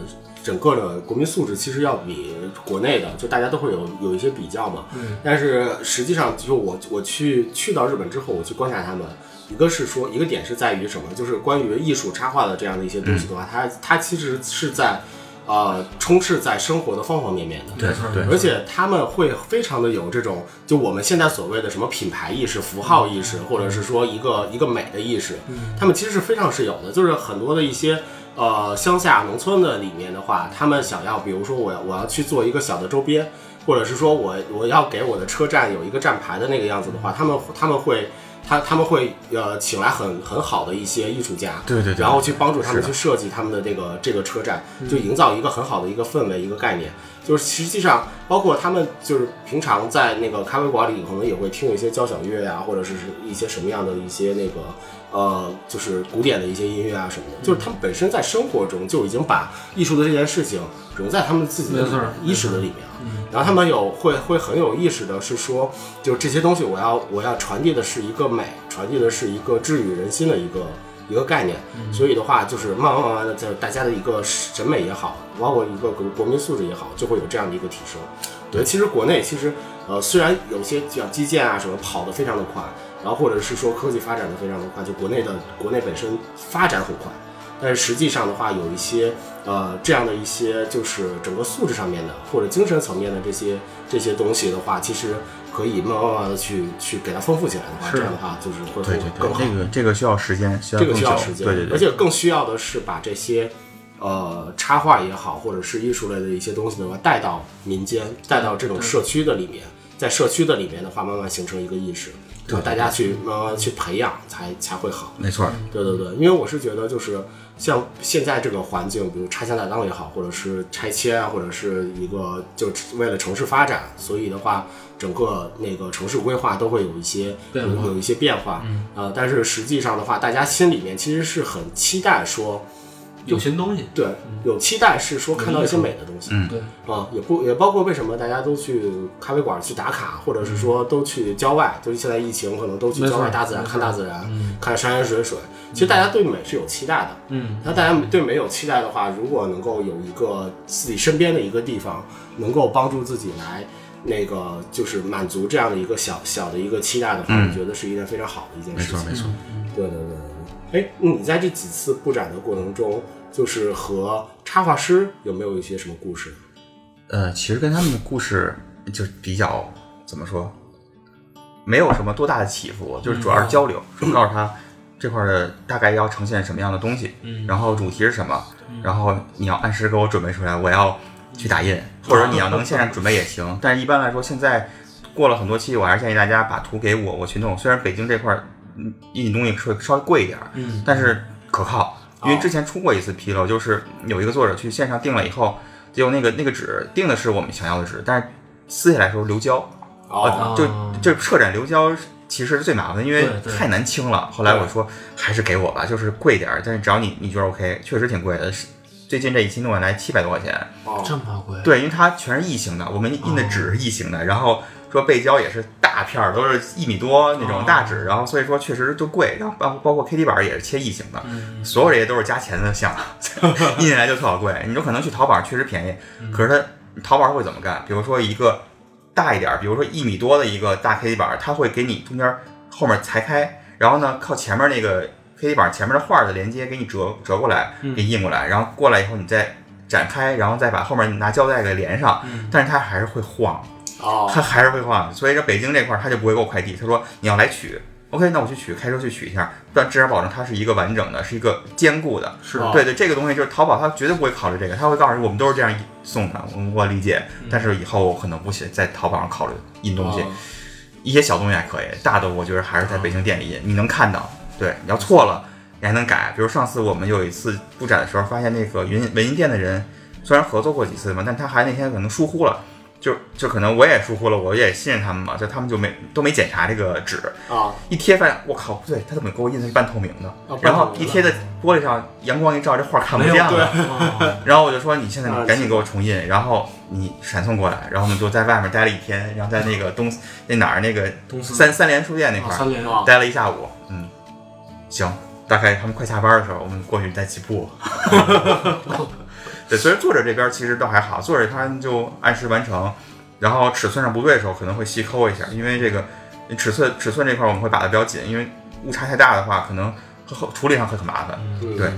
Speaker 1: 整个的国民素质，其实要比国内的，就大家都会有有一些比较嘛。
Speaker 2: 嗯。
Speaker 1: 但是实际上，就我我去去到日本之后，我去观察他们，一个是说一个点是在于什么，就是关于艺术插画的这样的一些东西的话，
Speaker 2: 嗯
Speaker 1: 它它其实是在呃充斥在生活的方方面面的。
Speaker 3: 对
Speaker 2: 没错
Speaker 3: 对
Speaker 1: 而且他们会非常的有这种，就我们现在所谓的什么品牌意识、符号意识，或者是说一个一个美的意识，他们其实是非常是有的。就是很多的一些呃乡下农村的里面的话，他们想要，比如说我要我要去做一个小的周边，或者是说我我要给我的车站有一个站牌的那个样子的话，他们他们会他他们会呃请来很很好的一些艺术家，
Speaker 3: 对对对
Speaker 1: 然后去帮助他们
Speaker 3: 是
Speaker 1: 去
Speaker 3: 的
Speaker 1: 设计他们的这个这个车站，就营造一个很好的一个氛围一个概念。就是实际上，包括他们就是平常在那个咖啡馆里，可能也会听一些交响乐啊呀、或者是一些什么样的一些那个呃，就是古典的一些音乐啊什么的。就是他们本身在生活中就已经把艺术的这件事情融在他们自己的
Speaker 2: 没错
Speaker 1: 意识的里面了。
Speaker 2: 嗯
Speaker 1: 然后他们有会会很有意识的是说，就是这些东西我要我要传递的是一个美，传递的是一个治愈人心的一个一个概念。所以的话，就是慢慢慢慢的，在大家的一个审美也好，包括一个国国民素质也好，就会有这样的一个提升。对，其实国内其实呃，虽然有些像基建啊什么跑得非常的快，然后或者是说科技发展的非常的快，就国内的国内本身发展很快，但是实际上的话，有一些呃这样的一些就是整个素质上面的或者精神层面的这些这些东西的话，其实可以慢慢慢慢的去去给它丰富起来的话，
Speaker 2: 是
Speaker 1: 这样的话就是会
Speaker 3: 对
Speaker 1: 会
Speaker 3: 对
Speaker 1: 更
Speaker 3: 对，
Speaker 1: 好。
Speaker 3: 这个这个需要时间，需要
Speaker 1: 这个
Speaker 3: 更
Speaker 1: 需要
Speaker 3: 久，
Speaker 1: 时间，
Speaker 3: 对对对，
Speaker 1: 而且更需要的是把这些呃插画也好，或者是艺术类的一些东西的话，带到民间，带到这种社区的里面，在社区的里面的话，慢慢形成一个意识，对大家去慢慢去培养，才才会好。
Speaker 3: 没错儿，
Speaker 1: 对对对，因为我是觉得就是像现在这个环境，比如拆迁改造也好，或者是拆迁啊，或者是一个就是为了城市发展，所以的话，整个那个城市规划都会有一些
Speaker 2: 变
Speaker 1: 有
Speaker 2: 化嗯
Speaker 1: 有一些变化。呃，但是实际上的话，大家心里面其实是很期待说，
Speaker 2: 有新东西，
Speaker 1: 对，有期待是说看到一些美的东西。
Speaker 3: 嗯
Speaker 2: 对，
Speaker 1: 啊、也不也包括为什么大家都去咖啡馆去打卡，或者是说都去郊外，就是现在疫情可能都去郊
Speaker 2: 没
Speaker 1: 外
Speaker 2: 错
Speaker 1: 大自然
Speaker 2: 没错
Speaker 1: 看大自然，看山山水水。其实大家对美是有期待的，
Speaker 2: 嗯，
Speaker 1: 那大家对美有期待的话，如果能够有一个自己身边的一个地方，能够帮助自己来那个就是满足这样的一个小小的一个期待的话，我觉得是一件非常好的一件
Speaker 3: 没
Speaker 1: 事
Speaker 3: 错
Speaker 1: 情
Speaker 3: 儿。没错儿。
Speaker 2: 嗯
Speaker 1: 对对对对。哎，你在这几次布展的过程中，就是和插画师有没有一些什么故事？
Speaker 3: 呃，其实跟他们的故事就比较怎么说，没有什么多大的起伏，就是主要是交流，告诉他这块儿的大概要呈现什么样的东西，
Speaker 2: 嗯
Speaker 3: 然后主题是什么，然后你要按时给我准备出来，我要去打印，或者你要能线上准备也行。但是一般来说，现在过了很多期，我还是建议大家把图给我，我去弄。虽然北京这块儿嗯印东西会稍微贵一点儿，
Speaker 2: 嗯
Speaker 3: 但是可靠。因为之前出过一次纰漏，就是有一个作者去线上订了以后，结果那个那个纸订的是我们想要的纸，但是撕下来的时候流胶，
Speaker 1: 哦，
Speaker 2: 啊
Speaker 3: 就就撤展流胶其实是最麻烦的，因为
Speaker 2: 对对
Speaker 3: 太难清了。后来我
Speaker 1: 对
Speaker 3: 说还是给我吧，就是贵点儿，但是只要你你觉得 OK，确实挺贵的。是最近这一期弄下来七百多块钱，
Speaker 1: 哦
Speaker 2: 这么贵，
Speaker 3: 对，因为它全是异形的，我们印的纸是异形的，然后说背胶也是大片儿，都是一米多那种大纸，然后所以说确实就贵，然后包包括 KT 板也是切异形的，所有这些都是加钱的项，印下来就特好贵。你有可能去淘宝上确实便宜，可是它淘宝上会怎么干？比如说一个大一点儿，比如说一米多的一个大 KT 板，它会给你中间后面裁开，然后呢靠前面那个 KT 板前面的画儿的连接给你折折过来，给印过来，然后过来以后你再展开，然后再把后面拿胶带给连上，但是它还是会晃，
Speaker 1: 哦，
Speaker 3: 它还是会晃，所以说北京这块儿他就不会给我快递，他说你要来取。OK，那我去取，开车去取一下，但至少保证它是一个完整的，是一个坚固的。
Speaker 2: 是
Speaker 1: 哦
Speaker 3: 对对，这个东西就是淘宝，它绝对不会考虑这个，它会告诉你我们都是这样送的，我我理解。
Speaker 1: 嗯
Speaker 3: 但是以后我可能不写在淘宝上考虑印东西，
Speaker 1: 哦
Speaker 3: 一些小东西还可以，大的我觉得还是在北京店里印，你能看到。对，你要错了，你还能改。比如上次我们有一次布展的时候，发现那个云文印店的人，虽然合作过几次嘛，但他还那天可能疏忽了。就就可能我也疏忽了，我也信任他们嘛，就他们就没都没检查这个纸，
Speaker 1: 啊，
Speaker 3: 一贴发现我靠不对，他怎么给我印的是半透明的？
Speaker 1: 哦
Speaker 3: 然
Speaker 1: 半
Speaker 3: 后
Speaker 1: 透明
Speaker 3: 一
Speaker 1: 的
Speaker 3: 贴在玻璃上，阳光一照，这画看不
Speaker 2: 没有
Speaker 3: 见了。
Speaker 2: 哦
Speaker 3: 然后我就说你现在
Speaker 1: 啊
Speaker 3: 赶紧给我重印，然后你闪送过来，然后我们就在外面待了一天，然后在那个东那哪儿那个
Speaker 2: 东四
Speaker 3: 三三联书店那块
Speaker 2: 哦
Speaker 3: 儿、啊
Speaker 2: 三连
Speaker 1: 哦
Speaker 3: 待了一下午，嗯，行，大概他们快下班的时候，我们过去再起步。 对，所以作者这边其实倒还好，作者他们就按时完成，然后尺寸上不对的时候可能会细抠一下，因为这个尺寸尺寸这块我们会把的比较紧，因为误差太大的话，可能后后处理上会很麻烦。
Speaker 1: 嗯
Speaker 3: 对，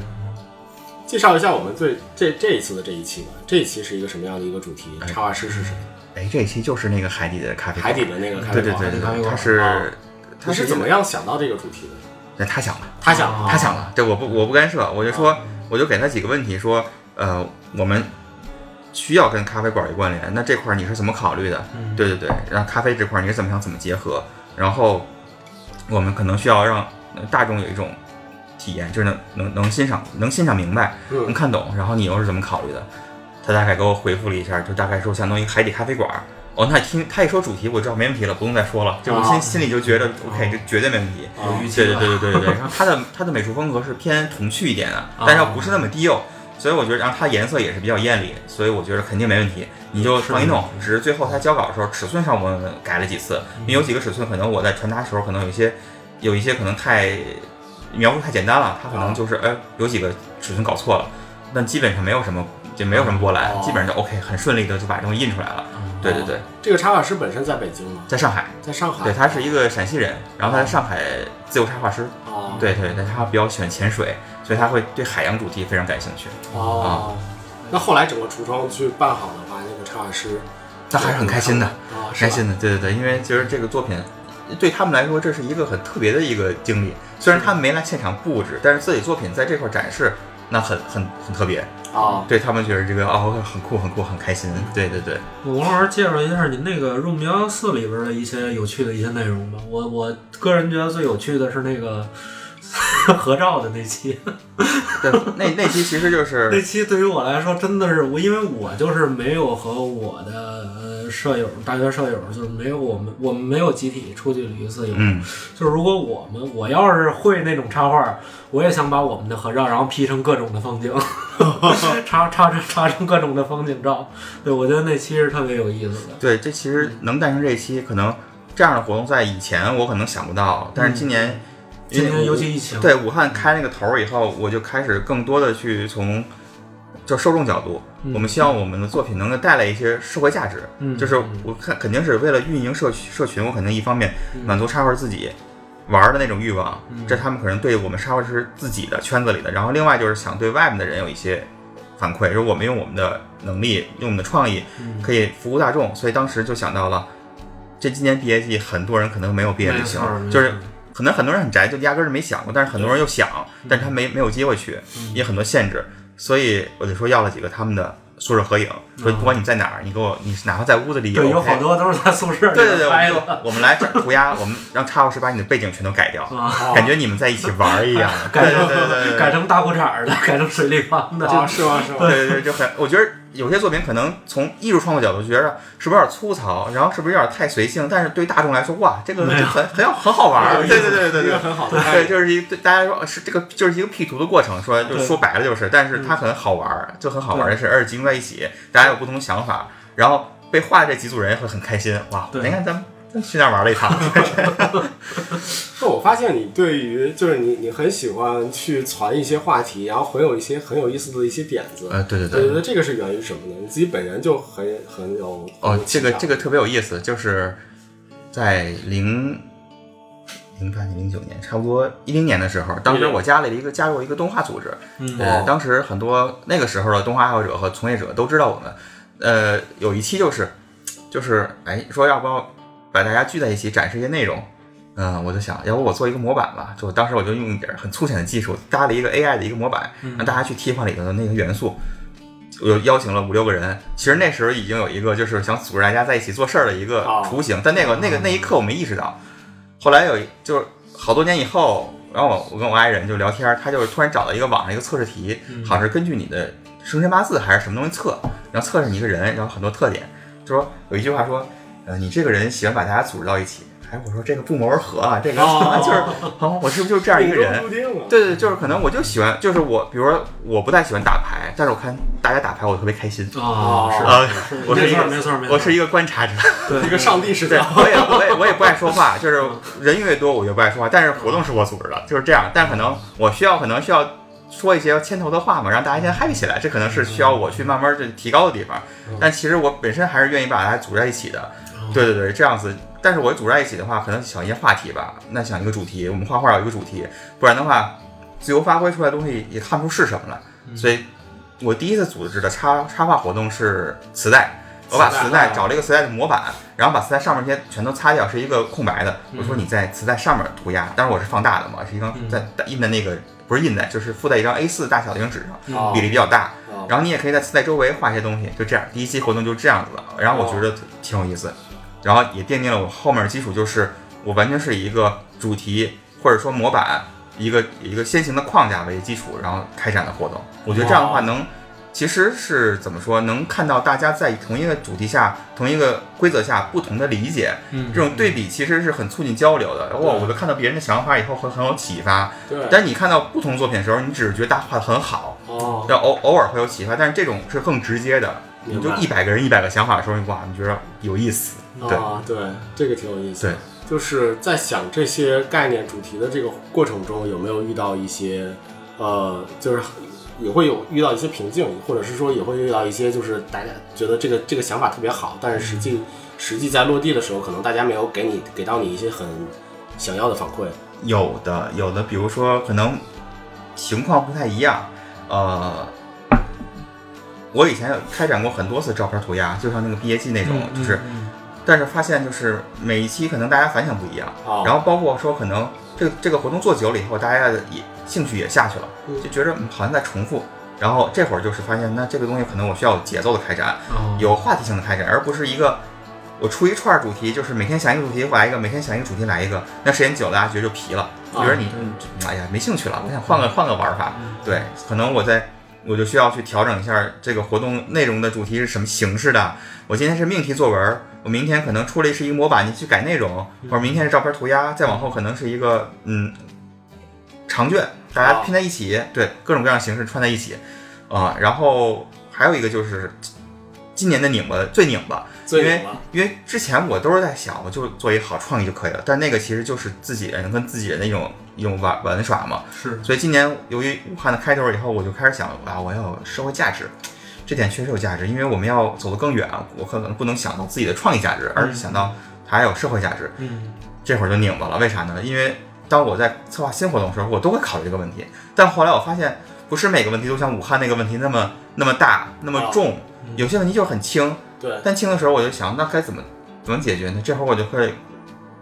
Speaker 1: 介绍一下我们最这这一次的这一期吧。这一期是一个什么样的一个主题？插画师是谁？
Speaker 3: 哎，这一期就是那个海底的咖啡馆，
Speaker 1: 海底的那个咖啡
Speaker 3: 对对
Speaker 1: 馆。
Speaker 3: 对
Speaker 2: 海底咖啡
Speaker 3: 对，
Speaker 2: 馆
Speaker 3: 他是
Speaker 1: 哦
Speaker 3: 他
Speaker 1: 你是
Speaker 3: 是
Speaker 1: 怎
Speaker 3: 一
Speaker 1: 么
Speaker 3: 个？
Speaker 1: 样想到这个主题的？
Speaker 3: 那他想的，
Speaker 1: 他想啊，
Speaker 3: 他想的，这我不我不干涉，我就说我就给他几个问题，说呃我们需要跟咖啡馆有关联，那这块儿你是怎么考虑的？
Speaker 2: 嗯
Speaker 3: 对对对，然后咖啡这块儿你是怎么想怎么结合？然后我们可能需要让呃大众有一种体验，就是能能能欣赏能欣赏明白，能
Speaker 1: 嗯
Speaker 3: 看懂，然后你又是怎么考虑的？他大概给我回复了一下，就大概说相当于海底咖啡馆儿。哦，那听他一说主题，我知道没问题了，不用再说了。就我心、
Speaker 1: 啊
Speaker 3: 心里就觉得 OK，这绝对没问题。
Speaker 1: 啊
Speaker 2: 预期
Speaker 3: 对对
Speaker 2: 了
Speaker 3: 对对对 对，然后它的它的美术风格是偏童趣一点的，
Speaker 1: 啊
Speaker 3: 但是它不是那么低幼，所以我觉得，然后它颜色也是比较艳丽，所以我觉得肯定没问题，
Speaker 1: 嗯
Speaker 3: 你就放一弄。只是最后它交稿的时候，尺寸上我们改了几次，因为有几个尺寸可能我在传达的时候可能有一些有一些可能太描述太简单了，它可
Speaker 1: 啊
Speaker 3: 能就是哎有几个尺寸搞错了，但基本上没有什么就没有什么波澜
Speaker 1: 哦，嗯
Speaker 3: 基本上就 OK，很顺利的就把东西印出来了。对对对，
Speaker 1: 这个插画师本身在北京吗？
Speaker 3: 在上海，
Speaker 1: 在上海。
Speaker 3: 对他是一个陕西人，然后他在上海自由插画师。
Speaker 1: 哦，
Speaker 3: 对对，但是他比较喜欢潜水，所以他会对海洋主题非常感兴趣。
Speaker 1: 哦。那后来整个橱窗去办好的话，那个插画师
Speaker 3: 他还是很开心的，
Speaker 1: 啊，是吧
Speaker 3: 开心的。对对对，因为其实这个作品对他们来说，这是一个很特别的一个经历。虽然他们没来现场布置，但是自己作品在这块展示，那很很很特别。
Speaker 1: 啊。
Speaker 3: 对他们觉得这个哦，很酷，很酷，很开心。对对对，
Speaker 2: 我王老师介绍一下您那个《入迷幺幺四》里边的一些有趣的一些内容吧。我我个人觉得最有趣的是那个 合照的那期，
Speaker 3: 对那那期其实就
Speaker 2: 那
Speaker 3: 是
Speaker 2: 期对于我来说真的是我，因为我就是没有和我的呃舍友，大学舍友就是没有我们我们没有集体出去旅一次游。
Speaker 3: 嗯，
Speaker 2: 就是如果我们我要是会那种插画，我也想把我们的合照，然后 P 成各种的风景， 插插成插成各种的风景照。对，我觉得那期是特别有意思的。
Speaker 3: 对，这其
Speaker 2: 嗯
Speaker 3: 实能诞生这一期，可能这样的活动在以前我可能想不到，但是今年。因
Speaker 2: 嗯今
Speaker 3: 为
Speaker 2: 天
Speaker 3: 我
Speaker 2: 尤其疫情，
Speaker 3: 对武汉开那个头儿以后，我就开始更多的去从就受众角度，
Speaker 2: 嗯
Speaker 3: 我们希望我们的作品能够带来一些社会价值。
Speaker 2: 嗯嗯
Speaker 3: 就是我看肯定是为了运营社区社群，我肯定一方面满足插画自己玩儿的那种欲望，这是他们可能对我们插画师自己的圈子里的，然后另外就是想对外面的人有一些反馈，说我们用我们的能力，用我们的创意
Speaker 2: 嗯
Speaker 3: 可以服务大众，所以当时就想到了。这今年毕业季，很多人可能没有毕业旅行
Speaker 2: 没错没，错
Speaker 3: 就是可能很多人很宅，就压根儿就没想过，但是很多人又想，但是他没没有机会去，也很多限制，所以我就说要了几个他们的宿舍合影，说不管你在哪儿，你给我，你哪怕在屋子里也
Speaker 2: 对，有
Speaker 3: OK
Speaker 2: 好多都是在宿舍里
Speaker 3: 哎对对对，我
Speaker 2: 拍
Speaker 3: 们
Speaker 2: 的，
Speaker 3: 就我们来这涂鸦，我们让插画师把你的背景全都改掉，
Speaker 1: 啊
Speaker 3: 感觉你们在一起玩儿一样。对
Speaker 2: 改
Speaker 3: 对
Speaker 2: 成
Speaker 3: 对对对，
Speaker 2: 改成大裤衩儿的，改成水立方的，
Speaker 1: 啊，是吗？是吗？
Speaker 3: 对对对，就很，我觉得有些作品可能从艺术创作角度觉得是不是有点粗糙，然后是不是有点太随性，但是对大众来说，哇，这个
Speaker 2: 没有
Speaker 3: 很很有很好玩儿。
Speaker 1: 有
Speaker 3: 对
Speaker 1: 意思
Speaker 3: 对
Speaker 1: 哦
Speaker 3: 对对
Speaker 1: 一
Speaker 3: 对
Speaker 1: 个。很好的开
Speaker 3: 对，
Speaker 1: 始
Speaker 3: 就是一个对大家说是这个就是一个 P 图的过程，说就
Speaker 2: 对嗯
Speaker 3: 说白了就是，但是它很好玩儿，就很好玩儿的事，而且集中在一起，大家有不同的想法，然后被画的这几组人会很开心，哇！
Speaker 2: 对
Speaker 3: 你看咱们咱们去那儿玩了一 趟，
Speaker 1: 那我发现你对于就是你你很喜欢去传一些话题，然后很有一些很有意思的一些点子。
Speaker 3: 呃，对对
Speaker 1: 我觉得这个是源于什么呢？你自己本人就很很有
Speaker 3: 哦，这个这
Speaker 1: 个
Speaker 3: 个特别有意思，就是在零零八年、零九年，差不多一零年的时候，当时我加了一个加入了一个动画组织，
Speaker 2: 嗯
Speaker 3: 呃
Speaker 1: 哦，
Speaker 3: 当时很多那个时候的动画爱好者和从业者都知道我们，呃，有一期就是就是哎说要不要把大家聚在一起展示一些内容。嗯，我就想，要不我做一个模板吧？就当时我就用一点很粗浅的技术搭了一个 AI 的一个模板，
Speaker 1: 嗯
Speaker 3: 让大家去替换里头的那个元素。我就邀请了五六个人，其实那时候已经有一个就是想组织大家在一起做事儿的一个
Speaker 1: 哦
Speaker 3: 雏形，但那个那个那一刻我没意识到。后来有一就是好多年以后，然后我我跟我爱人就聊天，他就突然找到一个网上一个测试题，
Speaker 1: 嗯
Speaker 3: 好像是根据你的生辰八字还是什么东西测，然后测试你一个人，然后很多特点，就说有一句话说，呃，你这个人喜欢把大家组织到一起。哎，我说这个不谋而合啊，这个
Speaker 1: 哦
Speaker 3: 就是，啊，我是不是就是这样一个 人？
Speaker 1: 注定了。
Speaker 3: 对对，就是可能我就喜欢，就是我，比如说我不太喜欢打牌，但是我看大家打牌，我特别开心。
Speaker 2: 啊，是
Speaker 3: 啊，我是
Speaker 2: 没
Speaker 3: 一
Speaker 2: 错
Speaker 3: 个，
Speaker 2: 没错没错，
Speaker 3: 我是一个观察者，
Speaker 2: 对
Speaker 1: 一个上帝视
Speaker 3: 对，
Speaker 1: 角。
Speaker 3: 我也我也我也不爱说话，就是人越多我越不爱说话，但是活动是我组织的，就是这样。但可能我需要可能需要说一些牵头的话嘛，让大家先嗨起来，这可能是需要我去慢慢的提高的地方。但其实我本身还是愿意把大家组织在一起的，对对对，这样子但是我组织在一起的话，可能想一些话题吧，那想一个主题，我们画画有一个主题，不然的话，自由发挥出来的东西也看不出是什么来。
Speaker 1: 嗯
Speaker 3: 所以，我第一次组织的插插画活动是磁带，我把
Speaker 1: 磁带
Speaker 3: 磁带
Speaker 1: 啊
Speaker 3: 找了一个磁带的模板，然后把磁带上面这些全都擦掉，是一个空白的。
Speaker 1: 嗯
Speaker 3: 我说你在磁带上面涂鸦，当然我是放大的嘛，是一张在在印在那个不是印在，就是附在一张 A4 大小的一张纸上，
Speaker 1: 哦
Speaker 3: 比例比较大。
Speaker 1: 哦
Speaker 3: 然后你也可以在磁带周围画一些东西，就这样。第一期活动就这样子了，然后我觉得挺有意思，然后也奠定了我后面的基础，就是我完全是以一个主题或者说模板，一个一个先行的框架为基础，然后开展的活动。我觉得这样的
Speaker 1: 哦
Speaker 3: 话能，其实是怎么说，能看到大家在同一个主题下、同一个规则下不同的理解，
Speaker 2: 嗯
Speaker 3: 这种对比其实是很促进交流的。哇，
Speaker 1: 对
Speaker 3: 我都看到别人的想法以后会很有启发。
Speaker 1: 对，
Speaker 3: 但你看到不同作品的时候，你只是觉得大家画的很好，
Speaker 1: 哦，
Speaker 3: 但偶偶尔会有启发，但是这种是更直接的。
Speaker 1: 明白
Speaker 3: 你就一百个人一百个想法的时候，哇，你觉得有意思，对
Speaker 1: 啊，对，这个挺有意思。
Speaker 3: 对，
Speaker 1: 就是在想这些概念主题的这个过程中，有没有遇到一些，呃，就是也会有遇到一些瓶颈，或者是说也会遇到一些，就是大家觉得这个这个想法特别好，但是实
Speaker 3: 嗯
Speaker 1: 际实际在落地的时候，可能大家没有给你给到你一些很想要的反馈。
Speaker 3: 有的有的，比如说可能情况不太一样，呃，我以前有开展过很多次照片涂鸦，就像那个毕业季那种，
Speaker 1: 嗯
Speaker 2: 嗯
Speaker 3: 就是，但是发现就是每一期可能大家反响不一样，
Speaker 1: 哦
Speaker 3: 然后包括说可能这个这个活动做久了以后，大家的也兴趣也下去了
Speaker 1: 嗯，
Speaker 3: 就觉得嗯好像在重复。然后这会儿就是发现，那这个东西可能我需要有节奏的开展，
Speaker 2: 哦
Speaker 3: 有话题性的开展，而不是一个我出一串主题，就是每天想一个主题来一个，每天想一个主题来一个。那时间久了，大家觉得就疲了，觉得你
Speaker 2: 嗯
Speaker 3: 就哎呀没兴趣了，我想换个换个玩法。对，可能我在我就需要去调整一下这个活动内容的主题是什么形式的。我今天是命题作文，我明天可能出了是一个模板，你去改内容，或者明天是照片涂鸦，再往后可能是一个嗯长卷，大家
Speaker 1: 哦
Speaker 3: 拼在一起，对各种各样的形式串在一起啊、然后还有一个就是今年的拧巴最拧巴，
Speaker 1: 最
Speaker 3: 因为
Speaker 1: 拧巴
Speaker 3: 因为之前我都是在想，我就做一个好创意就可以了，但那个其实就是自己人跟自己人的一种一种玩玩耍嘛。
Speaker 2: 是
Speaker 3: 所以今年由于武汉的开头以后，我就开始想啊，我要有社会价值，这点确实有价值，因为我们要走得更远，啊我可能不能想到自己的创意价值，而是想到它还有社会价值。
Speaker 2: 嗯
Speaker 3: 这会儿就拧巴了，为啥呢？因为当我在策划新活动的时候，我都会考虑这个问题，但后来我发现，不是每个问题都像武汉那个问题那么那么大那么重，有些问题就是很轻，
Speaker 1: 对，
Speaker 3: 但轻的时候我就想，那该怎么怎么解决呢？这会儿我就会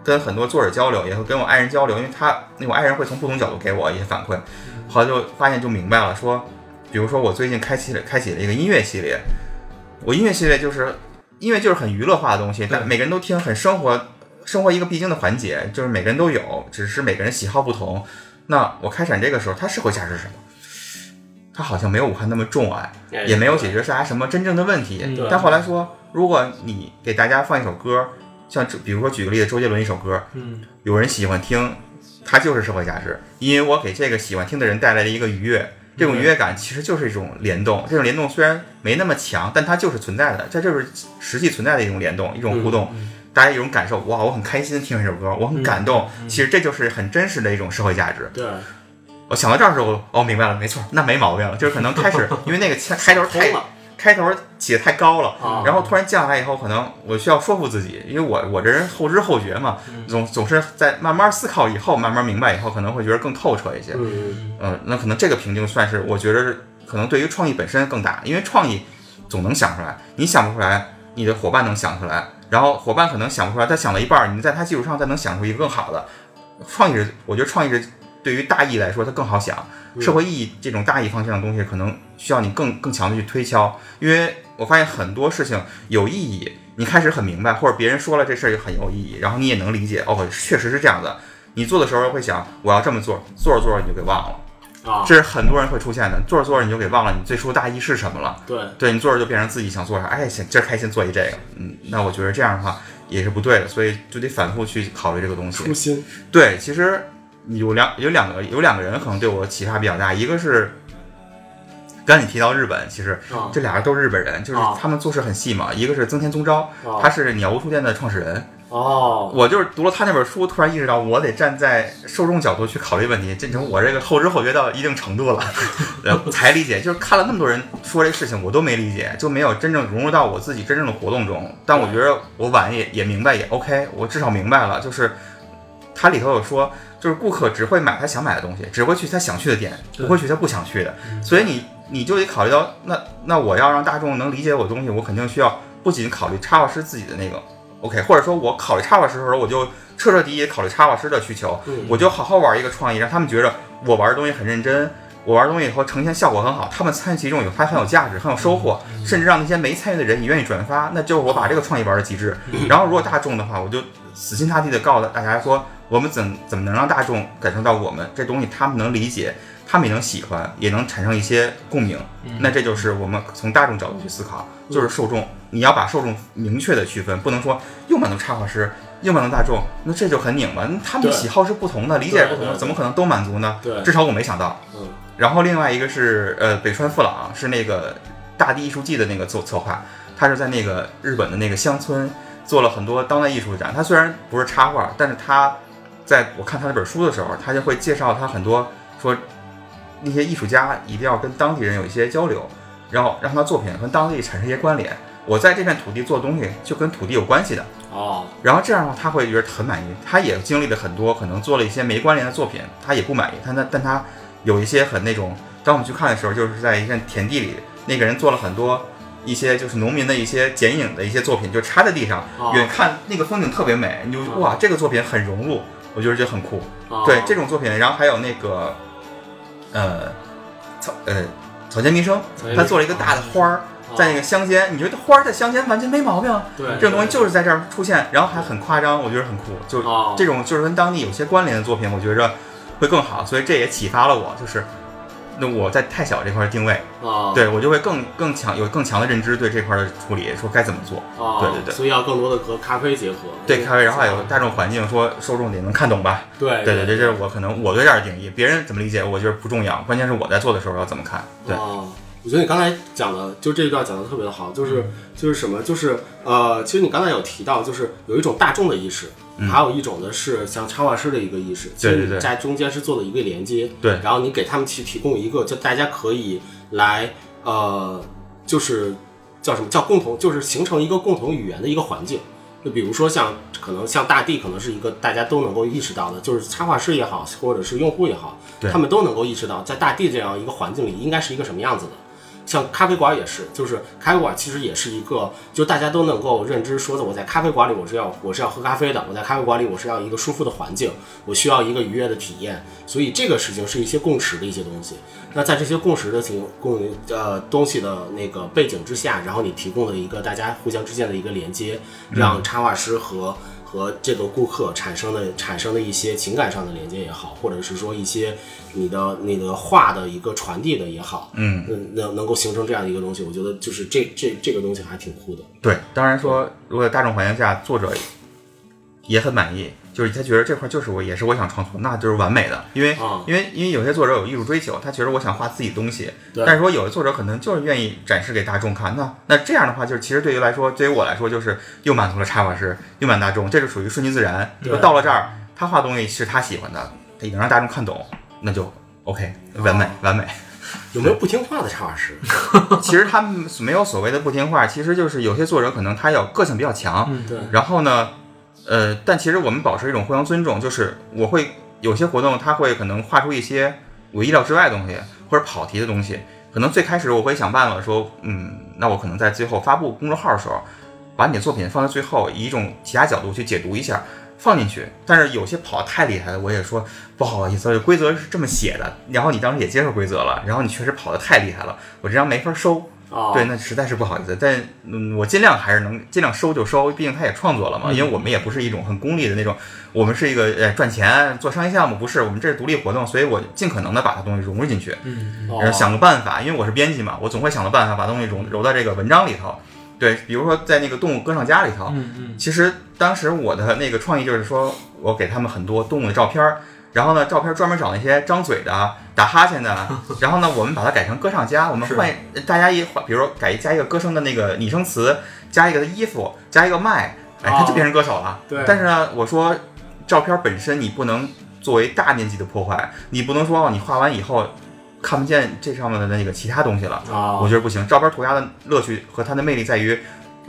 Speaker 3: 跟很多作者交流，也会跟我爱人交流，因为他因为我爱人会从不同角度给我一些反馈，后来就发现就明白了，说，比如说我最近开启了开启了一个音乐系列，我音乐系列就是音乐就是很娱乐化的东西，但每个人都听，很生活生活一个必经的环节，就是每个人都有，只是每个人喜好不同。那我开展这个时候，它社会价值是什么？它好像没有武汉那么重哎，
Speaker 1: 哎
Speaker 3: 也没有解决大家什么真正的问题。
Speaker 2: 嗯
Speaker 3: 但后来说，如果你给大家放一首歌，像这比如说举个例子，周杰伦一首歌，
Speaker 2: 嗯
Speaker 3: 有人喜欢听，它就是社会价值，因为我给这个喜欢听的人带来了一个愉悦。这种愉悦感其实就是一种联动，这种联动虽然没那么强，但它就是存在的，这就是实际存在的一种联动，一种互动。大家有一种感受，哇，我很开心听这首歌，我很感动。其实这就是很真实的一种社会价值。
Speaker 1: 哎对，
Speaker 3: 我想到这儿的时候，哦，明白了，没错，那没毛病了。就是可能开始，因为那个开开头太
Speaker 1: 通了
Speaker 3: 开头起得太高了，
Speaker 1: 啊
Speaker 3: 然后突然降下来以后，可能我需要说服自己，因为我我这人后知后觉嘛，总总是在慢慢思考以后，慢慢明白以后，可能会觉得更透彻一些。
Speaker 1: 嗯，
Speaker 3: 嗯，那可能这个瓶颈算是我觉得可能对于创意本身更大，因为创意总能想出来，你想不出来，你的伙伴能想出来，然后伙伴可能想不出来，他想了一半儿，你在他基础上再能想出一个更好的。创意是，我觉得创意是对于大意来说它更好想，社会意义这种大意方向的东西，可能需要你更更强的去推敲，因为我发现很多事情有意义，你开始很明白，或者别人说了这事儿也很有意义，然后你也能理解，哦，确实是这样的。你做的时候会想，我要这么做，做着做着你就给忘了。
Speaker 1: 啊，
Speaker 3: 嗯这是很多人会出现的。做着做着你就给忘了你最初大意是什么了。
Speaker 1: 对，
Speaker 3: 对你做着就变成自己想做啥，哎，行，今儿开心做一这个，嗯，那我觉得这样的话也是不对的，所以就得反复去考虑这个东西
Speaker 1: 初。心，
Speaker 3: 对，其实有两有两个有两个人可能对我启发比较大，一个是刚才你提到日本，其实
Speaker 1: 啊
Speaker 3: 这俩人都是日本人，就是
Speaker 1: 啊
Speaker 3: 他们做事很细嘛。一个是增田宗昭，
Speaker 1: 啊
Speaker 3: 他是鸟屋书店的创始人，
Speaker 1: 哦，
Speaker 3: 我就是读了他那本书，突然意识到我得站在受众角度去考虑问题，这成我这个后知后觉到一定程度了，呃才理解。就是看了那么多人说这事情，我都没理解，就没有真正融入到我自己真正的活动中。但我觉得我晚也也明白也 OK，我至少明白了，就是它里头有说，就是顾客只会买他想买的东西，只会去他想去的店，
Speaker 2: 对
Speaker 3: 不会去他不想去的。所以你你就得考虑到，那那我要让大众能理解我的东西，我肯定需要不仅考虑插画师自己的那个 OK，或者说我考虑插画师的时候，我就彻彻底底考虑插画师的需求，
Speaker 1: 嗯
Speaker 3: 我就好好玩一个创意，让他们觉得我玩的东西很认真，我玩的东西以后呈现效果很好，他们参与其中以后发现很有价值，很有收获，
Speaker 1: 嗯
Speaker 3: 甚至让那些没参与的人也愿意转发，那就是我把这个创意玩的极致。
Speaker 1: 嗯
Speaker 3: 然后如果大众的话，我就死心塌地的告诉大家说，我们怎怎么能让大众感受到我们这东西，他们能理解，他们也能喜欢，也能产生一些共鸣。
Speaker 1: 嗯
Speaker 3: 那这就是我们从大众角度去思考，就是受众，你要把受众明确的区分，不能说又满足插画师，又满足大众，那这就很拧巴。那他们的
Speaker 1: 对
Speaker 3: 喜好是不同的，理解是不同
Speaker 1: 对对
Speaker 3: 的，
Speaker 1: 对
Speaker 3: 怎么可能都满足呢？
Speaker 1: 对
Speaker 3: 至少我没想到。
Speaker 1: 嗯
Speaker 3: 然后另外一个是呃，北川富朗是那个大地艺术季的那个策策划，他是在那个日本的那个乡村做了很多当代艺术展。他虽然不是插画，但是他在我看他那本书的时候，他就会介绍他很多说那些艺术家一定要跟当地人有一些交流，然后让他作品跟当地产生一些关联。我在这片土地做的东西就跟土地有关系的，
Speaker 1: 哦，
Speaker 3: 然后这样的话，他会觉得很满意。他也经历了很多，可能做了一些没关联的作品，他也不满意。他那但他有一些很那种，当我们去看的时候，就是在一片田地里，那个人做了很多一些就是农民的一些剪影的一些作品，就插在地上，
Speaker 1: 哦
Speaker 3: 远看那个风景特别美，你就
Speaker 1: 哦
Speaker 3: 哇，这个作品很融入，我觉得就很酷。
Speaker 1: 哦
Speaker 3: 对这种作品，然后还有那个，呃，草呃草间弥生
Speaker 1: 草间弥，
Speaker 3: 他
Speaker 1: 生啊
Speaker 3: 做了一个大的花儿。在那个乡间，你觉得花儿在乡间完全没毛病啊，
Speaker 1: 对
Speaker 3: 这种东西就是在这儿出现，然后还很夸张，我觉得很酷。就
Speaker 1: 哦
Speaker 3: 这种就是跟当地有些关联的作品，我觉着会更好，所以这也启发了我，就是那我在太小这块定位，
Speaker 1: 啊，
Speaker 3: 对我就会更更强有更强的认知对这块的处理，说该怎么做。
Speaker 1: 啊，
Speaker 3: 对对对
Speaker 1: 所以要更多的和咖啡结合，
Speaker 3: 对咖啡，然后还有大众环境，说受众得能看懂吧？
Speaker 1: 哎对
Speaker 3: 对对对，这是我可能我对这儿的定义，别人怎么理解我觉得不重要，关键是我在做的时候要怎么看。对，
Speaker 1: 哦，我觉得你刚才讲的，就这一段讲的特别的好，就是
Speaker 3: 嗯
Speaker 1: 就是什么，就是呃，其实你刚才有提到，就是有一种大众的意识，还有一种呢是像插画师的一个意识，其
Speaker 3: 嗯对
Speaker 1: 实
Speaker 3: 对
Speaker 1: 你
Speaker 3: 对
Speaker 1: 在中间是做了一个连接，
Speaker 3: 对
Speaker 1: 然后你给他们去提供一个，就大家可以来呃，就是叫什么叫共同，就是形成一个共同语言的一个环境。就比如说像可能像大地，可能是一个大家都能够意识到的，就是插画师也好，或者是用户也好，
Speaker 3: 对
Speaker 1: 他们都能够意识到，在大地这样一个环境里应该是一个什么样子的。像咖啡馆也是，就是咖啡馆其实也是一个，就大家都能够认知说的，我在咖啡馆里我是要我是要喝咖啡的，我在咖啡馆里我是要一个舒服的环境，我需要一个愉悦的体验，所以这个事情是一些共识的一些东西。那在这些共识的情共呃东西的那个背景之下，然后你提供了一个大家互相之间的一个连接，让插画师和和这个顾客产生的产生的一些情感上的连接也好，或者是说一些你的你的画的一个传递的也好，
Speaker 3: 嗯，
Speaker 1: 能能能够形成这样一个东西，我觉得就是这这这个东西还挺酷的。
Speaker 3: 对，当然说，如果在大众环境下，作者也很满意，就是他觉得这块就是我，也是我想创作，那就是完美的。因为、
Speaker 1: 啊
Speaker 3: 因为因为有些作者有艺术追求，他觉得我想画自己东西，
Speaker 1: 对
Speaker 3: 但是说有的作者可能就是愿意展示给大众看，那那这样的话，就是其实对于来说，对于我来说，就是又满足了插画师，又满足大众，这是属于顺其自然。
Speaker 1: 对
Speaker 3: 就到了这儿，他画东西是他喜欢的，他也能让大众看懂，那就 OK，完
Speaker 1: 啊
Speaker 3: 美、完美。
Speaker 1: 有没有不听话的插画师？
Speaker 3: 其实他们没有所谓的不听话，其实就是有些作者可能他有个性比较强，
Speaker 2: 嗯
Speaker 1: 对
Speaker 3: 然后呢，呃，但其实我们保持一种互相尊重，就是我会有些活动，他会可能画出一些我意料之外的东西，或者跑题的东西。可能最开始我会想办法说，嗯，那我可能在最后发布公众号的时候，把你的作品放在最后，以一种其他角度去解读一下，放进去。但是有些跑得太厉害了，我也说不好意思，规则是这么写的。然后你当时也接受规则了， 然后你确实跑得太厉害了，我这张没法收。
Speaker 1: 啊，
Speaker 3: 对，那实在是不好意思，但嗯，我尽量还是能尽量收就收，毕竟他也创作了嘛。因为我们也不是一种很功利的那种，我们是一个呃赚钱做商业项目，不是，我们这是独立活动，所以我尽可能的把它东西融入进去，
Speaker 2: 嗯，
Speaker 1: 哦
Speaker 3: 然后想个办法，因为我是编辑嘛，我总会想个办法把东西融揉到这个文章里头。对，比如说在那个动物歌唱家里头，
Speaker 2: 嗯嗯
Speaker 3: 其实当时我的那个创意就是说，我给他们很多动物的照片儿，然后呢，照片专门找那些张嘴的、打哈欠的， 然后呢，我们把它改成歌唱家，我们
Speaker 2: 是
Speaker 3: 换大家一换，比如说改加一个歌声的那个拟声词，加一个衣服，加一个麦，哎，他就
Speaker 2: 哦
Speaker 3: 变成歌手了。
Speaker 1: 对
Speaker 3: 但是呢，我说照片本身你不能作为大面积的破坏，你不能说哦，你画完以后看不见这上面的那个其他东西了，
Speaker 1: 啊
Speaker 3: 我觉得不行。照片涂鸦的乐趣和它的魅力在于，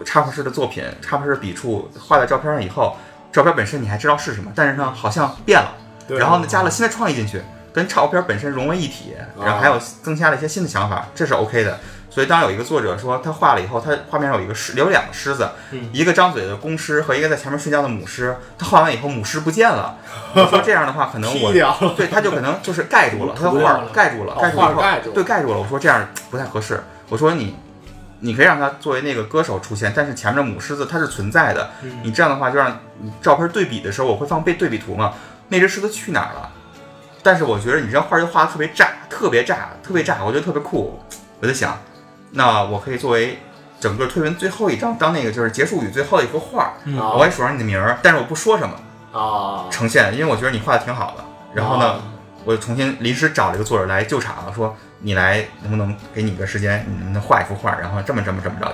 Speaker 3: 插画师的作品，插画师的笔触画在照片上以后，照片本身你还知道是什么，但是呢，好像变了。
Speaker 1: 对啊
Speaker 3: 然后呢，加了新的创意进去，跟照片本身融为一体，然后还有增加了一些新的想法，这是 OK 的。所以当有一个作者说他画了以后，他画面上有一个狮，有两个狮子，
Speaker 1: 嗯
Speaker 3: 一个张嘴的公狮和一个在前面睡觉的母狮，他画完以后母狮不见了。我说这样的话，可能 我
Speaker 1: 劈掉了，
Speaker 3: 对他就可能就是盖住了，他的
Speaker 2: 涂
Speaker 3: 画
Speaker 2: 掉
Speaker 3: 儿
Speaker 2: 了
Speaker 3: 盖住了，
Speaker 1: 哦
Speaker 3: 盖住
Speaker 1: 画
Speaker 3: 了
Speaker 1: 儿
Speaker 3: 以后
Speaker 1: 盖住了
Speaker 3: 对盖住了。我说这样不太合适，我说你。你可以让他作为那个歌手出现，但是前面的母狮子它是存在的。
Speaker 1: 嗯
Speaker 3: 你这样的话，就让你照片对比的时候，我会放背对比图嘛？那只狮子去哪儿了？但是我觉得你这张画就画的特别炸，特别炸，特别炸，我觉得特别酷。我在想，那我可以作为整个推文最后一张，当那个就是结束语最后一幅画，
Speaker 2: 嗯
Speaker 1: 啊
Speaker 3: 我也署上你的名儿，但是我不说什么
Speaker 1: 啊，
Speaker 3: 呈现，因为我觉得你画的挺好的。然后呢，我重新临时找了一个作者来救场，说你来能不能给你个时间，你能不能画一幅画，然后这么这么这么着。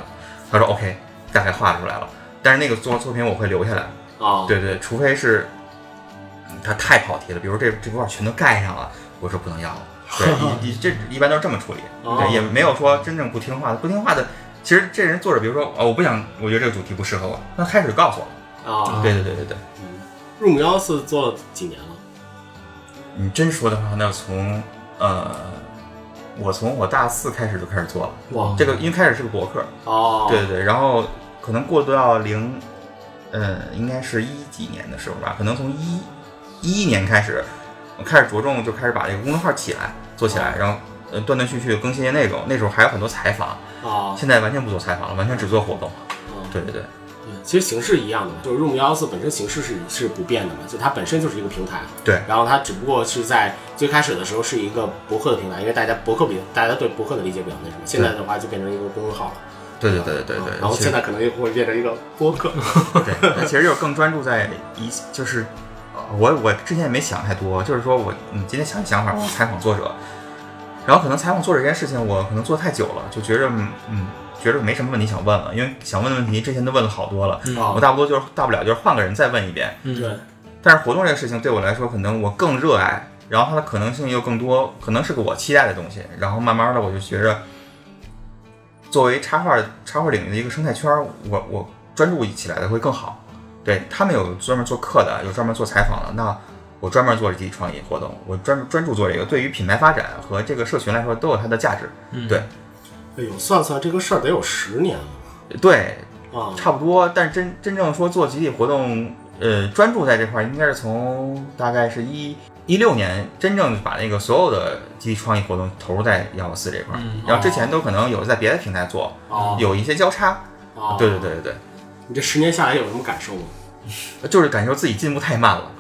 Speaker 3: 他说 OK，大概画出来了。但是那个作作品我会留下来，
Speaker 1: 啊，
Speaker 3: 对对，除非是嗯它太跑题了，比如这这幅画全都盖上了，我说不能要了。 对，一一这一般都是这么处理，
Speaker 1: 哦
Speaker 3: 对，也没有说真正不听话的，不听话的。其实这人作者，比如说，哦，我不想，我觉得这个主题不适合我，那开始告诉我了。
Speaker 1: 啊，
Speaker 3: 对对对对对，
Speaker 1: 入母幺四做了几年了？
Speaker 3: 你真说的话，那从呃，我从我大四开始就开始做了，
Speaker 1: 哇，
Speaker 3: 这个因为开始是个博客，
Speaker 1: 哦，
Speaker 3: 嗯对对对，然后可能过渡到零，呃，应该是一几年的时候吧，可能从一一一年开始，我开始着重就开始把这个公众号起来做
Speaker 1: 哦
Speaker 3: 起来，然后呃断断续续地更新一些内容，那时候还有很多采访，
Speaker 1: 啊，
Speaker 3: 现在完全不做采访了，完全只做活动。
Speaker 1: 哦
Speaker 3: 对对对，
Speaker 1: 对其实形式一样的嘛，就是入母幺四本身形式是是不变的嘛，就它本身就是一个平台，
Speaker 3: 对
Speaker 1: 然后它只不过是在最开始的时候是一个博客的平台，因为大家博客比大家对博客的理解比较那什么，现在的话就变成一个公众号了，啊
Speaker 3: 对对对对对对。
Speaker 1: 然后
Speaker 3: 其实
Speaker 1: 现在可能就会变成一个播 客，
Speaker 3: 对，那其实就是更专注在一，就是呃我我之前也没想太多，就是说我你今天想一想法，我采访作者，然后可能采访作者这件事情，我可能做太久了，就觉着嗯嗯，觉着没什么问题想问了，因为想问的问题之前都问了好多了，我
Speaker 1: 啊，
Speaker 3: 大不多就是大不了就是换个人再问一遍，
Speaker 2: 嗯
Speaker 1: 对，
Speaker 3: 但是活动这个事情对我来说，可能我更热爱，然后它的可能性又更多，可能是个我期待的东西。然后慢慢的，我就觉着，作为插画插画领域的一个生态圈，我我专注起来的会更好。对他们有专门做课的，有专门做采访的，那我专门做这己创意活动，我专专注做这个，对于品牌发展和这个社群来说都有它的价值。对
Speaker 1: 哎呦，算算这个事儿得有十年了
Speaker 3: 对，
Speaker 1: 啊，
Speaker 3: 差不多，但真真正说做集体活动，呃，专注在这块，儿，应该是从大概是一一六年真正把那个所有的集体创意活动投入在幺幺四这块，儿，然后之前都可能有在别的平台做，
Speaker 1: 嗯哦
Speaker 3: 有一些交叉。
Speaker 1: 哦
Speaker 3: 对对对对
Speaker 1: 你这十年下来有什么感受吗？
Speaker 3: 对，就是感受自己进步太慢了。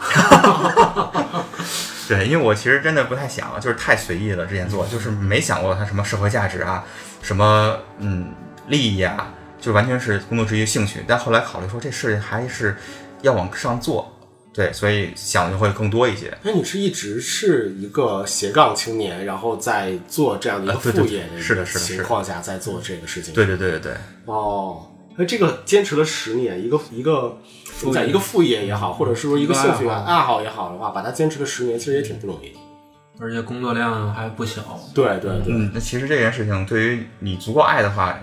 Speaker 3: 对，因为我其实真的不太想，啊就是太随意了。之前做就是没想过它什么社会价值啊，什么嗯利益啊，就完全是工作之余兴趣。但后来考虑说这事还是要往上做，对，所以想的就会更多一些。
Speaker 1: 那你是一直是一个斜杠青年，然后在做这样的一个
Speaker 3: 啊对对
Speaker 1: 副业
Speaker 3: 对
Speaker 1: 的
Speaker 3: 是
Speaker 1: 一
Speaker 3: 的
Speaker 1: 个
Speaker 3: 是的是的
Speaker 1: 情况下，在做这个事情。
Speaker 3: 对对对对对，
Speaker 1: 哦，那这个坚持了十年，一个一个怎么讲，一个副业也好，或者是说一个兴趣
Speaker 2: 一个爱好
Speaker 1: 爱好也好的话，把它坚持个十年，其实也挺不容易的。
Speaker 2: 而且工作量还不小。
Speaker 1: 对对对，
Speaker 3: 嗯，那其实这件事情对于你足够爱的话，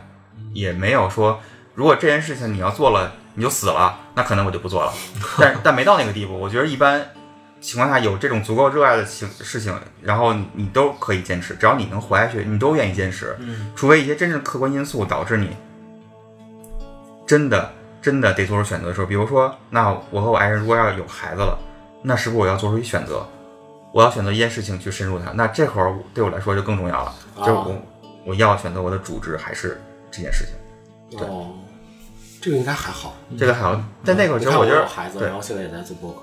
Speaker 3: 也没有说，如果这件事情你要做了你就死了，那可能我就不做了。但但没到那个地步，我觉得一般情况下有这种足够热爱的情事情，然后你你都可以坚持，只要你能活下去，你都愿意坚持。
Speaker 2: 嗯，
Speaker 3: 除非一些真正客观因素导致你真的真的得做出选择的时候，比如说，那我和我爱人如果要有孩子了，那是不是我要做出一选择？我要选择一件事情去深入它，那这会儿对我来说就更重要了，
Speaker 1: 啊
Speaker 3: 就是我我要选择我的主职还是这件事情。对
Speaker 1: 哦，这个应该还好。
Speaker 3: 这个还有，但那个
Speaker 1: 嗯你
Speaker 3: 其
Speaker 1: 看
Speaker 3: 实我觉
Speaker 1: 有
Speaker 3: 得，
Speaker 1: 孩子，
Speaker 3: 对
Speaker 1: 然后现在也在做播客，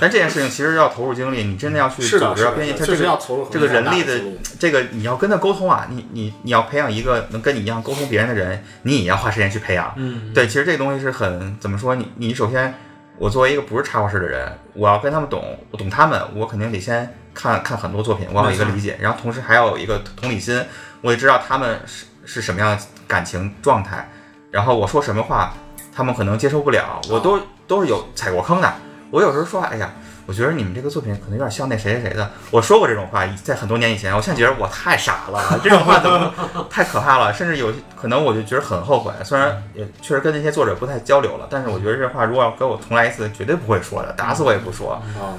Speaker 3: 但这件事情其实要投入精力，你真的要去
Speaker 1: 是
Speaker 3: 组
Speaker 1: 的，
Speaker 3: 织，
Speaker 1: 是
Speaker 3: 要
Speaker 1: 的
Speaker 3: 编辑，
Speaker 1: 是
Speaker 3: 它
Speaker 1: 的
Speaker 3: 这
Speaker 1: 确实
Speaker 3: 个
Speaker 1: 要投入很
Speaker 3: 这个
Speaker 1: 大的
Speaker 3: 人力的
Speaker 1: 精力
Speaker 3: 这个你要跟他沟通啊，你你你要培养一个能跟你一样沟通别人的人，你也要花时间去培养。
Speaker 2: 嗯，
Speaker 3: 对，其实这东西是很怎么说？你你首先，我作为一个不是插画师的人，我要跟他们懂，我懂他们，我肯定得先看看很多作品，我要有一个理解，然后同时还要有一个同理心，我也知道他们是是什么样的感情状态，然后我说什么话，他们可能接受不了，我都都是有踩过坑的。我有时候说，哎呀，我觉得你们这个作品可能有点像那谁谁谁的，我说过这种话，在很多年以前，我现在觉得我太傻了，这种话怎么太可怕了，甚至有可能我就觉得很后悔。虽然也确实跟那些作者不太交流了，但是我觉得这话如果要给我重来一次，绝对不会说的，打死我也不说。呃
Speaker 1: 啊，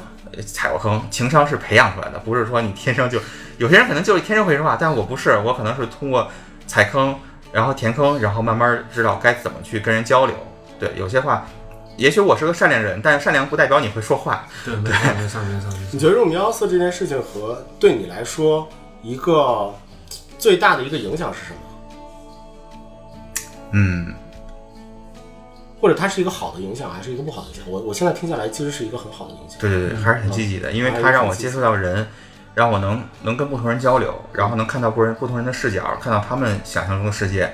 Speaker 3: 踩过坑，情商是培养出来的，不是说你天生就，有些人可能就是天生会说话，但我不是，我可能是通过踩坑，然后填坑，然后慢慢知道该怎么去跟人交流。对，有些话，也许我是个善良人，但善良不代表你会说话。
Speaker 2: 对，没错，没错，没错，没错。
Speaker 1: 你觉得入迷幺四这件事情和对你来说一个最大的一个影响是什么？
Speaker 3: 嗯，
Speaker 1: 或者它是一个好的影响，还是一个不好的影响？我我现在听下来，其实是一个很好的影响。
Speaker 3: 对对对，嗯还是很积极的，因为它让我接触到人，让我能能跟不同人交流，然后能看到不人不同人的视角，看到他们想象中的世界，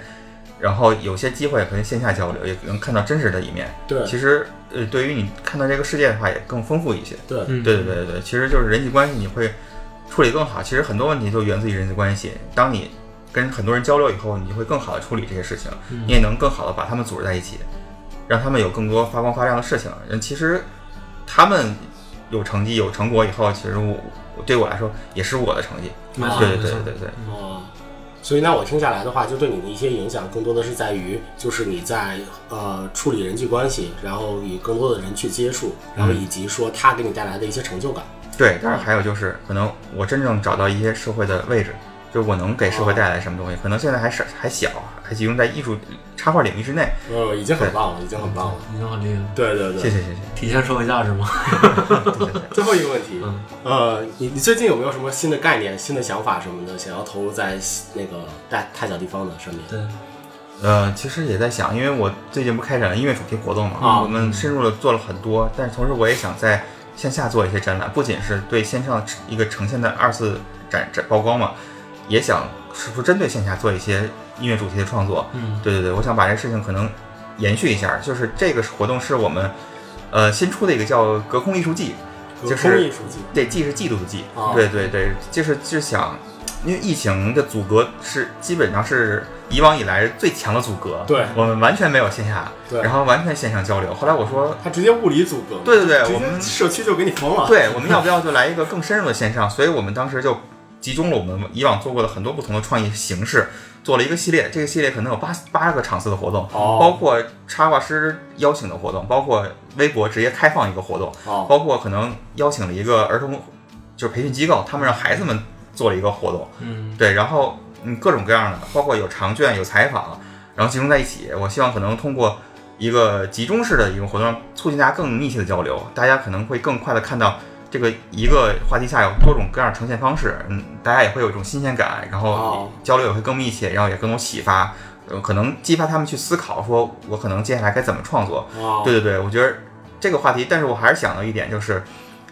Speaker 3: 然后有些机会可以线下交流，也能看到真实的一面。
Speaker 1: 对
Speaker 3: 其实，呃，对于你看到这个世界的话，也更丰富一些。
Speaker 1: 对
Speaker 2: 嗯，
Speaker 3: 对对对对，其实就是人际关系你会处理更好。其实很多问题都源自于人际关系。当你跟很多人交流以后，你会更好的处理这些事情，
Speaker 2: 嗯
Speaker 3: 你也能更好的把他们组织在一起，让他们有更多发光发亮的事情。人其实他们有成绩有成果以后，其实我我对我来说也是我的成绩。
Speaker 2: 没错，
Speaker 3: 对对
Speaker 2: 没
Speaker 3: 对
Speaker 2: 错
Speaker 3: 对对，
Speaker 1: 哦，所以那我听下来的话，就对你的一些影响，更多的是在于，就是你在呃处理人际关系，然后与更多的人去接触，然后以及说他给你带来的一些成就感。
Speaker 3: 对，当然还有就是，可能我真正找到一些社会的位置，就是我能给社会
Speaker 2: 哦
Speaker 3: 带来什么东西。可能现在还是还小，还集中在艺术插画领域之内。
Speaker 1: 呃，已经很棒了，已经很棒了。
Speaker 2: 你嗯很厉害，
Speaker 1: 对对对。
Speaker 3: 谢谢谢谢。
Speaker 2: 体现社会价值吗？
Speaker 1: 最后一个问题
Speaker 2: 嗯，
Speaker 1: 呃，你你最近有没有什么新的概念、新的想法什么的，想要投入在那个大太小地方的上面？
Speaker 2: 对，
Speaker 3: 呃，其实也在想，因为我最近不开展了音乐主题活动嘛，
Speaker 1: 啊
Speaker 3: 我们深入的做了很多，但是同时我也想在线下做一些展览，不仅是对线上一个呈现的二次展展曝光嘛，也想是不是针对线下做一些音乐主题的创作。
Speaker 2: 嗯，
Speaker 3: 对对对，我想把这事情可能延续一下，就是这个活动是我们呃新出的一个叫“隔空艺术季”，就
Speaker 1: 空
Speaker 3: 是
Speaker 1: 艺术季
Speaker 3: 对，季是季度的季，
Speaker 1: 啊
Speaker 3: 对对对，就是就是想，因为疫情的阻隔是基本上是以往以来最强的阻隔，
Speaker 1: 对
Speaker 3: 我们完全没有线下，
Speaker 1: 对
Speaker 3: 然后完全线上交流。后来我说，
Speaker 1: 他直接物理阻隔，
Speaker 3: 对对对
Speaker 1: 直接
Speaker 3: 我们
Speaker 1: 社区就给你封了。
Speaker 3: 对，我们要不要就来一个更深入的线上？所以我们当时就集中了我们以往做过的很多不同的创意形式，做了一个系列。这个系列可能有八八个场次的活动，
Speaker 1: 哦
Speaker 3: 包括插画师邀请的活动，包括微博直接开放一个活动，
Speaker 1: 哦，
Speaker 3: 包括可能邀请了一个儿童就是培训机构，他们让孩子们做了一个活动，
Speaker 2: 嗯，
Speaker 3: 对，然后嗯各种各样的，包括有长卷、有采访，然后集中在一起。我希望可能通过一个集中式的一个活动，促进大家更密切的交流，大家可能会更快的看到。这个一个话题下有多种各样的呈现方式，嗯，大家也会有一种新鲜感，然
Speaker 1: 哦
Speaker 3: 后交流也会更密切，然后也更有启发，呃，可能激发他们去思考，说我可能接下来该怎么创作，
Speaker 1: 哦
Speaker 3: 对对对，我觉得这个话题，但是我还是想到一点，就是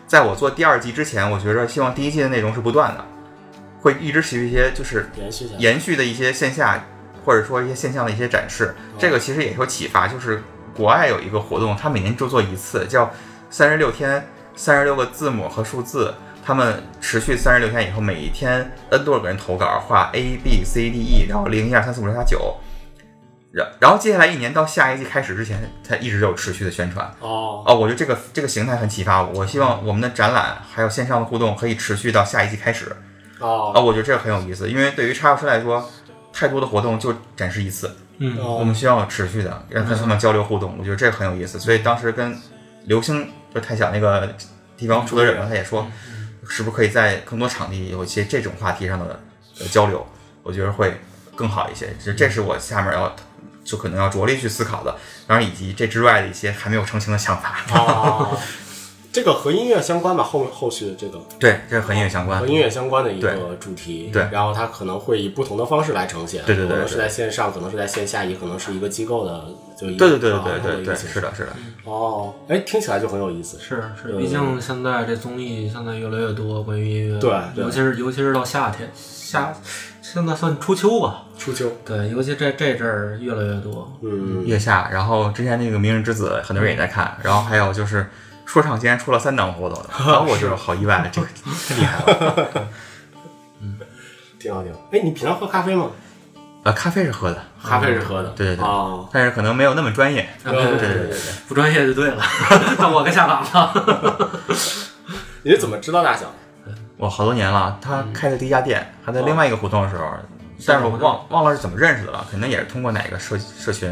Speaker 3: 在我做第二季之前，我觉着希望第一季的内容是不断的，会一直持续一些就是
Speaker 1: 延续下来。
Speaker 3: 延续的一些线下或者说一些线上的一些展示。这个其实也有启发，就是国外有一个活动，它每年就做一次，叫三十六天，三十六个字母和数字。他们持续三十六天以后，每一天 N 多少个人投稿，画 A B C D E，然后零一二三四五六七八九，然然后接下来一年到下一季开始之前，它一直有持续的宣传。
Speaker 1: 哦，
Speaker 3: 哦，我觉得这个这个形态很启发我。我希望我们的展览还有线上的互动可以持续到下一季开始。
Speaker 1: 哦
Speaker 3: 哦，我觉得这个很有意思，因为对于插画师来说，太多的活动就展示一次，
Speaker 2: 嗯，
Speaker 1: 哦
Speaker 3: 我们需要有持续的让跟他们交流互动。我觉得这个很有意思。所以当时跟流星就太小那个地方负责人嘛，他也说，是不是可以在更多场地有一些这种话题上的呃交流？我觉得会更好一些。这这是我下面要就可能要着力去思考的，当然以及这之外的一些还没有成型的想法。
Speaker 1: 哦，这个和音乐相关吧，后后续的这个
Speaker 3: 对，这和音乐相关
Speaker 1: 和。音乐相关的一个
Speaker 3: 啊对
Speaker 1: 主题，
Speaker 3: 对
Speaker 1: 然后它可能会以不同的方式来呈现，
Speaker 3: 对对对
Speaker 1: 可能是
Speaker 3: 对
Speaker 1: 在线上，可能是在线下，也可能是一个机构的，就一
Speaker 3: 对
Speaker 1: 个
Speaker 3: 对对
Speaker 1: 啊
Speaker 3: 对
Speaker 1: 它的
Speaker 3: 对
Speaker 1: 一
Speaker 3: 对，
Speaker 1: 个形式
Speaker 3: 是的，是的，
Speaker 1: 哦，哎，听起来就很有意思，
Speaker 2: 是是，毕竟现在这综艺现在越来越多关于音乐，
Speaker 1: 对对
Speaker 2: 尤其是尤其是到夏天，夏现在算初秋吧，
Speaker 1: 初秋，
Speaker 2: 对，尤其这这阵儿越来越多，
Speaker 1: 嗯，
Speaker 3: 月下，然后之前那个《明日之子》，很多人也在看，然后还有就是说唱竟然出了三档活动，然后我就好意外，这个太厉害了。
Speaker 1: 挺好挺好。哎，你平常喝咖啡吗？
Speaker 3: 呃，咖啡是喝的，
Speaker 1: 咖啡是喝的，
Speaker 3: 对对对
Speaker 1: 哦，
Speaker 3: 但是可能没有那么专业。
Speaker 1: 对啊对
Speaker 3: 对
Speaker 1: 对
Speaker 3: 对对，
Speaker 2: 不专业就对了。那我该下岗了。
Speaker 1: 你是怎么知道大小的？
Speaker 3: 我好多年了，他开的第一家店还在另外一个胡同的时候，但是我忘忘了是怎么认识的了，可能也是通过哪个社社群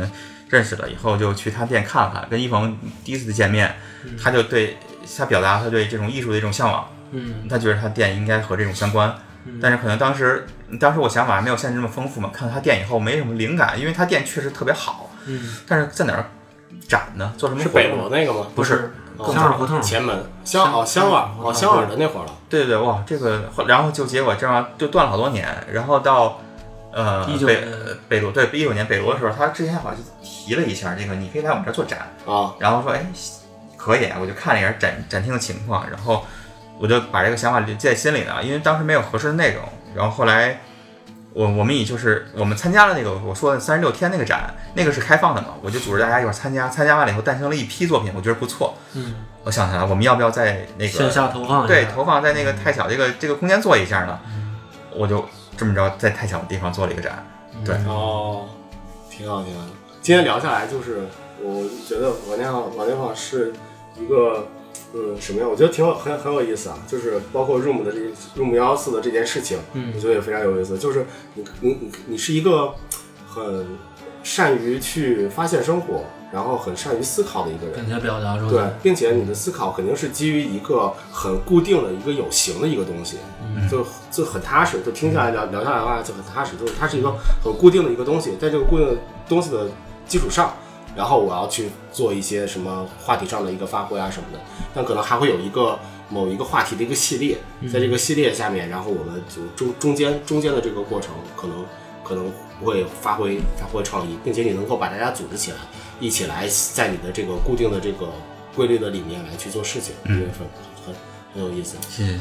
Speaker 3: 认识的，以后就去他店看看，跟一鹏第一次见面，他就对他表达他对这种艺术的一种向往，
Speaker 2: 嗯，
Speaker 3: 他觉得他店应该和这种相关，
Speaker 1: 嗯
Speaker 3: 但是可能当时当时我想法还没有现在这么丰富嘛，看到他店以后没什么灵感，因为他店确实特别好，
Speaker 2: 嗯，
Speaker 3: 但是在哪儿展呢？做什么
Speaker 1: 是
Speaker 3: 活动
Speaker 1: 北楼那个吗？
Speaker 3: 不是，
Speaker 2: 香港胡同。
Speaker 1: 前门香哦香碗哦香碗的那会儿了，
Speaker 3: 对对对，哇，这个，然后就结果这样就断了好多年，然后到呃
Speaker 2: 19
Speaker 3: 北
Speaker 2: 年
Speaker 3: 呃北罗对一九年北罗的时候，他之前好像就提了一下这个，你可以来我们这儿做展，
Speaker 1: 啊
Speaker 3: 然后说哎可以，我就看了一下展展厅的情况，然后我就把这个想法记在心里了，因为当时没有合适的内容，然后后来。我我们以就是我们参加了那个我说的三十六天那个展，那个是开放的嘛，我就组织大家一块儿参加，参加完了以后诞生了一批作品，我觉得不错。
Speaker 2: 嗯，
Speaker 3: 我想起来了，我们要不要在那个
Speaker 2: 线下投放一下
Speaker 3: 对，投放在那个太小这个这个空间做一下呢，我就这么着在太小的地方做了一个展。对，
Speaker 1: 哦，挺好挺好。今天聊下来，就是我觉得王家王家放是一个嗯什么样？我觉得挺有很很有意思啊，就是包括 Room 的这 Room 幺幺四的这件事情，
Speaker 2: 嗯
Speaker 1: 我觉得也非常有意思。就是你你你你是一个很善于去发现生活，然后很善于思考的一个人。
Speaker 2: 并且表达出
Speaker 1: 对
Speaker 2: 来。，
Speaker 1: 并且你的思考肯定是基于一个很固定的一个有形的一个东西，就就很踏实。就听下来聊聊下来的话就很踏实，就是它是一个很固定的一个东西，在这个固定的东西的基础上，然后我要去做一些什么话题上的一个发挥啊什么的，但可能还会有一个某一个话题的一个系列，在这个系列下面，然后我们就中中间中间的这个过程，可能可能会发挥发挥创意，并且你能够把大家组织起来，一起来在你的这个固定的这个规律的里面来去做事情，
Speaker 3: 嗯
Speaker 1: 这个很很很有意思。
Speaker 3: 谢谢谢谢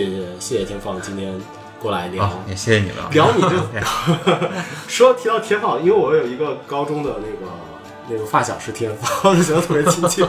Speaker 1: 谢谢谢谢天放今天过来聊。
Speaker 3: 啊，也谢谢你们啊。
Speaker 1: 聊 你这
Speaker 3: OK，
Speaker 1: 说提到天放，因为我有一个高中的那个那个发小是天放， 我就觉得特别亲切。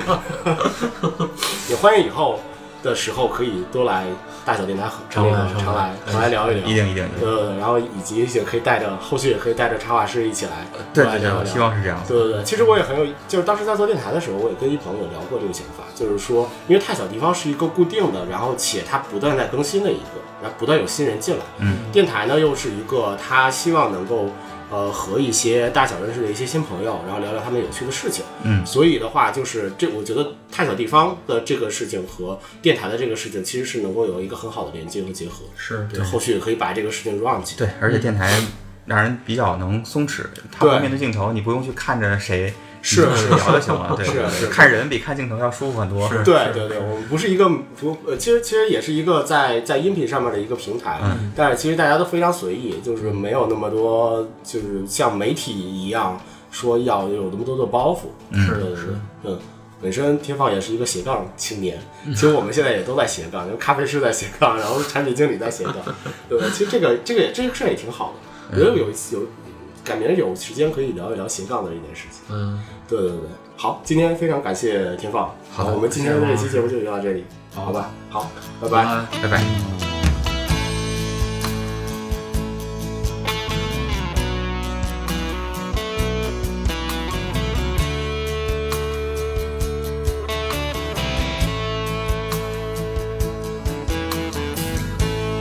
Speaker 1: 也欢迎以后的时候可以多来大小电台和
Speaker 2: 常来
Speaker 1: 那个
Speaker 2: 常
Speaker 1: 常来
Speaker 2: 来
Speaker 1: 常来聊一聊。
Speaker 3: 一定一定一定。
Speaker 1: 呃，然后以及也可以带着后续也可以带着插画师一起来
Speaker 3: 对
Speaker 1: 过来
Speaker 3: 对对，
Speaker 1: 聊
Speaker 3: 我
Speaker 1: 一聊
Speaker 3: 希望是这样。
Speaker 1: 对对对，其实我也很有，就是当时在做电台的时候，我也跟一朋友聊过这个想法，就是说，因为太小地方是一个固定的，然后且它不断在更新的一个，然后不断有新人进来。
Speaker 3: 嗯，
Speaker 1: 电台呢又是一个他希望能够呃和一些大小认识的一些新朋友，然后聊聊他们有趣的事情。
Speaker 3: 嗯
Speaker 1: 所以的话，就是这，我觉得太小地方的这个事情和电台的这个事情，其实是能够有一个很好的连接和结合。
Speaker 2: 是
Speaker 1: 对，后续可以把这个事情 run 起来。
Speaker 3: 对，而且电台让人比较能松弛，
Speaker 1: 嗯
Speaker 3: 他
Speaker 1: 对
Speaker 3: 不面对镜头，你不用去看着谁，
Speaker 1: 是
Speaker 3: 你就是聊就行 了。对，
Speaker 1: 是
Speaker 3: 对
Speaker 1: 是
Speaker 3: 对看人比看镜头要舒服很多。
Speaker 2: 是
Speaker 1: 对对对，我们不是一个不，呃，其实其实也是一个在在音频上面的一个平台，
Speaker 3: 嗯
Speaker 1: 但是其实大家都非常随意，就是没有那么多，就是像媒体一样说要有那么多的包袱。
Speaker 3: 嗯
Speaker 1: 对对对，嗯。本身天放也是一个斜杠青年，其实我们现在也都在斜杠，因为咖啡师在斜杠，然后产品经理在斜杠，对，其实这个这个也这个事儿也挺好的，我觉得有一次有，感觉有时间可以聊一聊斜杠的一件事情。
Speaker 2: 嗯，
Speaker 1: 对对对，好，今天非常感谢天放，
Speaker 3: 好的
Speaker 1: 我们今天的这期节目就聊到这里，好吧，好，拜拜。
Speaker 2: 拜。
Speaker 3: 拜拜。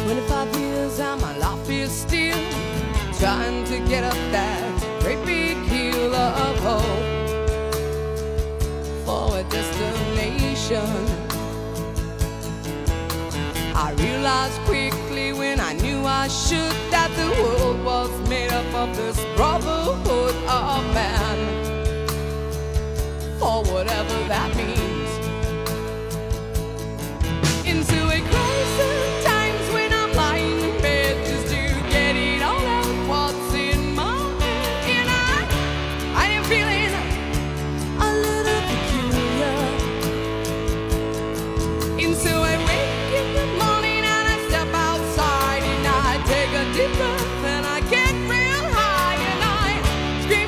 Speaker 4: 25 years and my life is still trying to get up that great big hill of hope for a destination. I realized quickly when I knew I should that the world was made up of this brotherhood of man, for whatever that means into a crisis times when I'm lying in bed just to get it all out what's in my head. And I, I am feeling a little peculiar. And so I wake in the morning and I step outside and I take a deep breath and I get real high and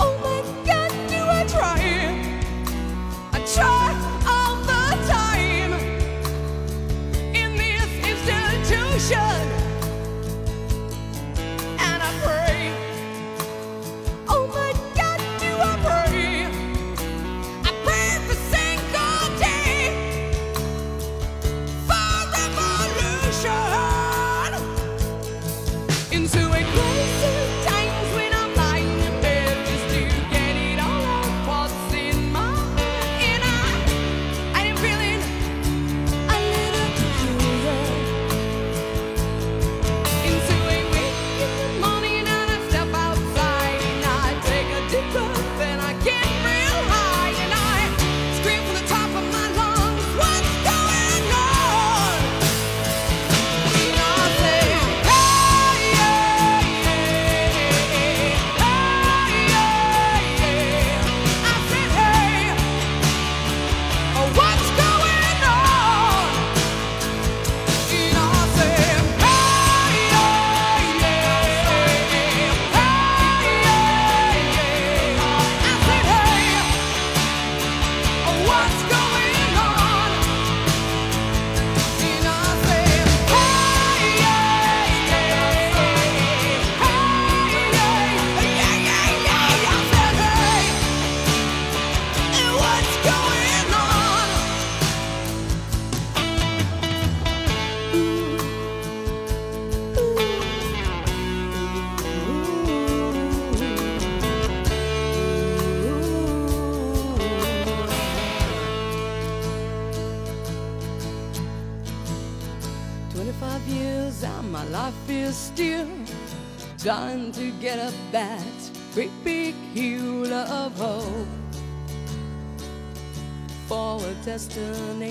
Speaker 4: Oh solution. And I pray. Oh my God, do I pray? I pray for single day for revolution into a crisis times when I'm lying in bed just to get it all out what's in my head. And I, I am feeling a little peculiar. Into a wicked morning and I step outside and I take a deep breath and I get real high and I scream from the top of my lungs, what's going on? What's going on? And I say, hey, yeah, yeah, hey, yeah, yeah, yeah. I said, hey, and what's going on? Twenty-five years and my life is still trying to get up that great big hill of hope for a destination.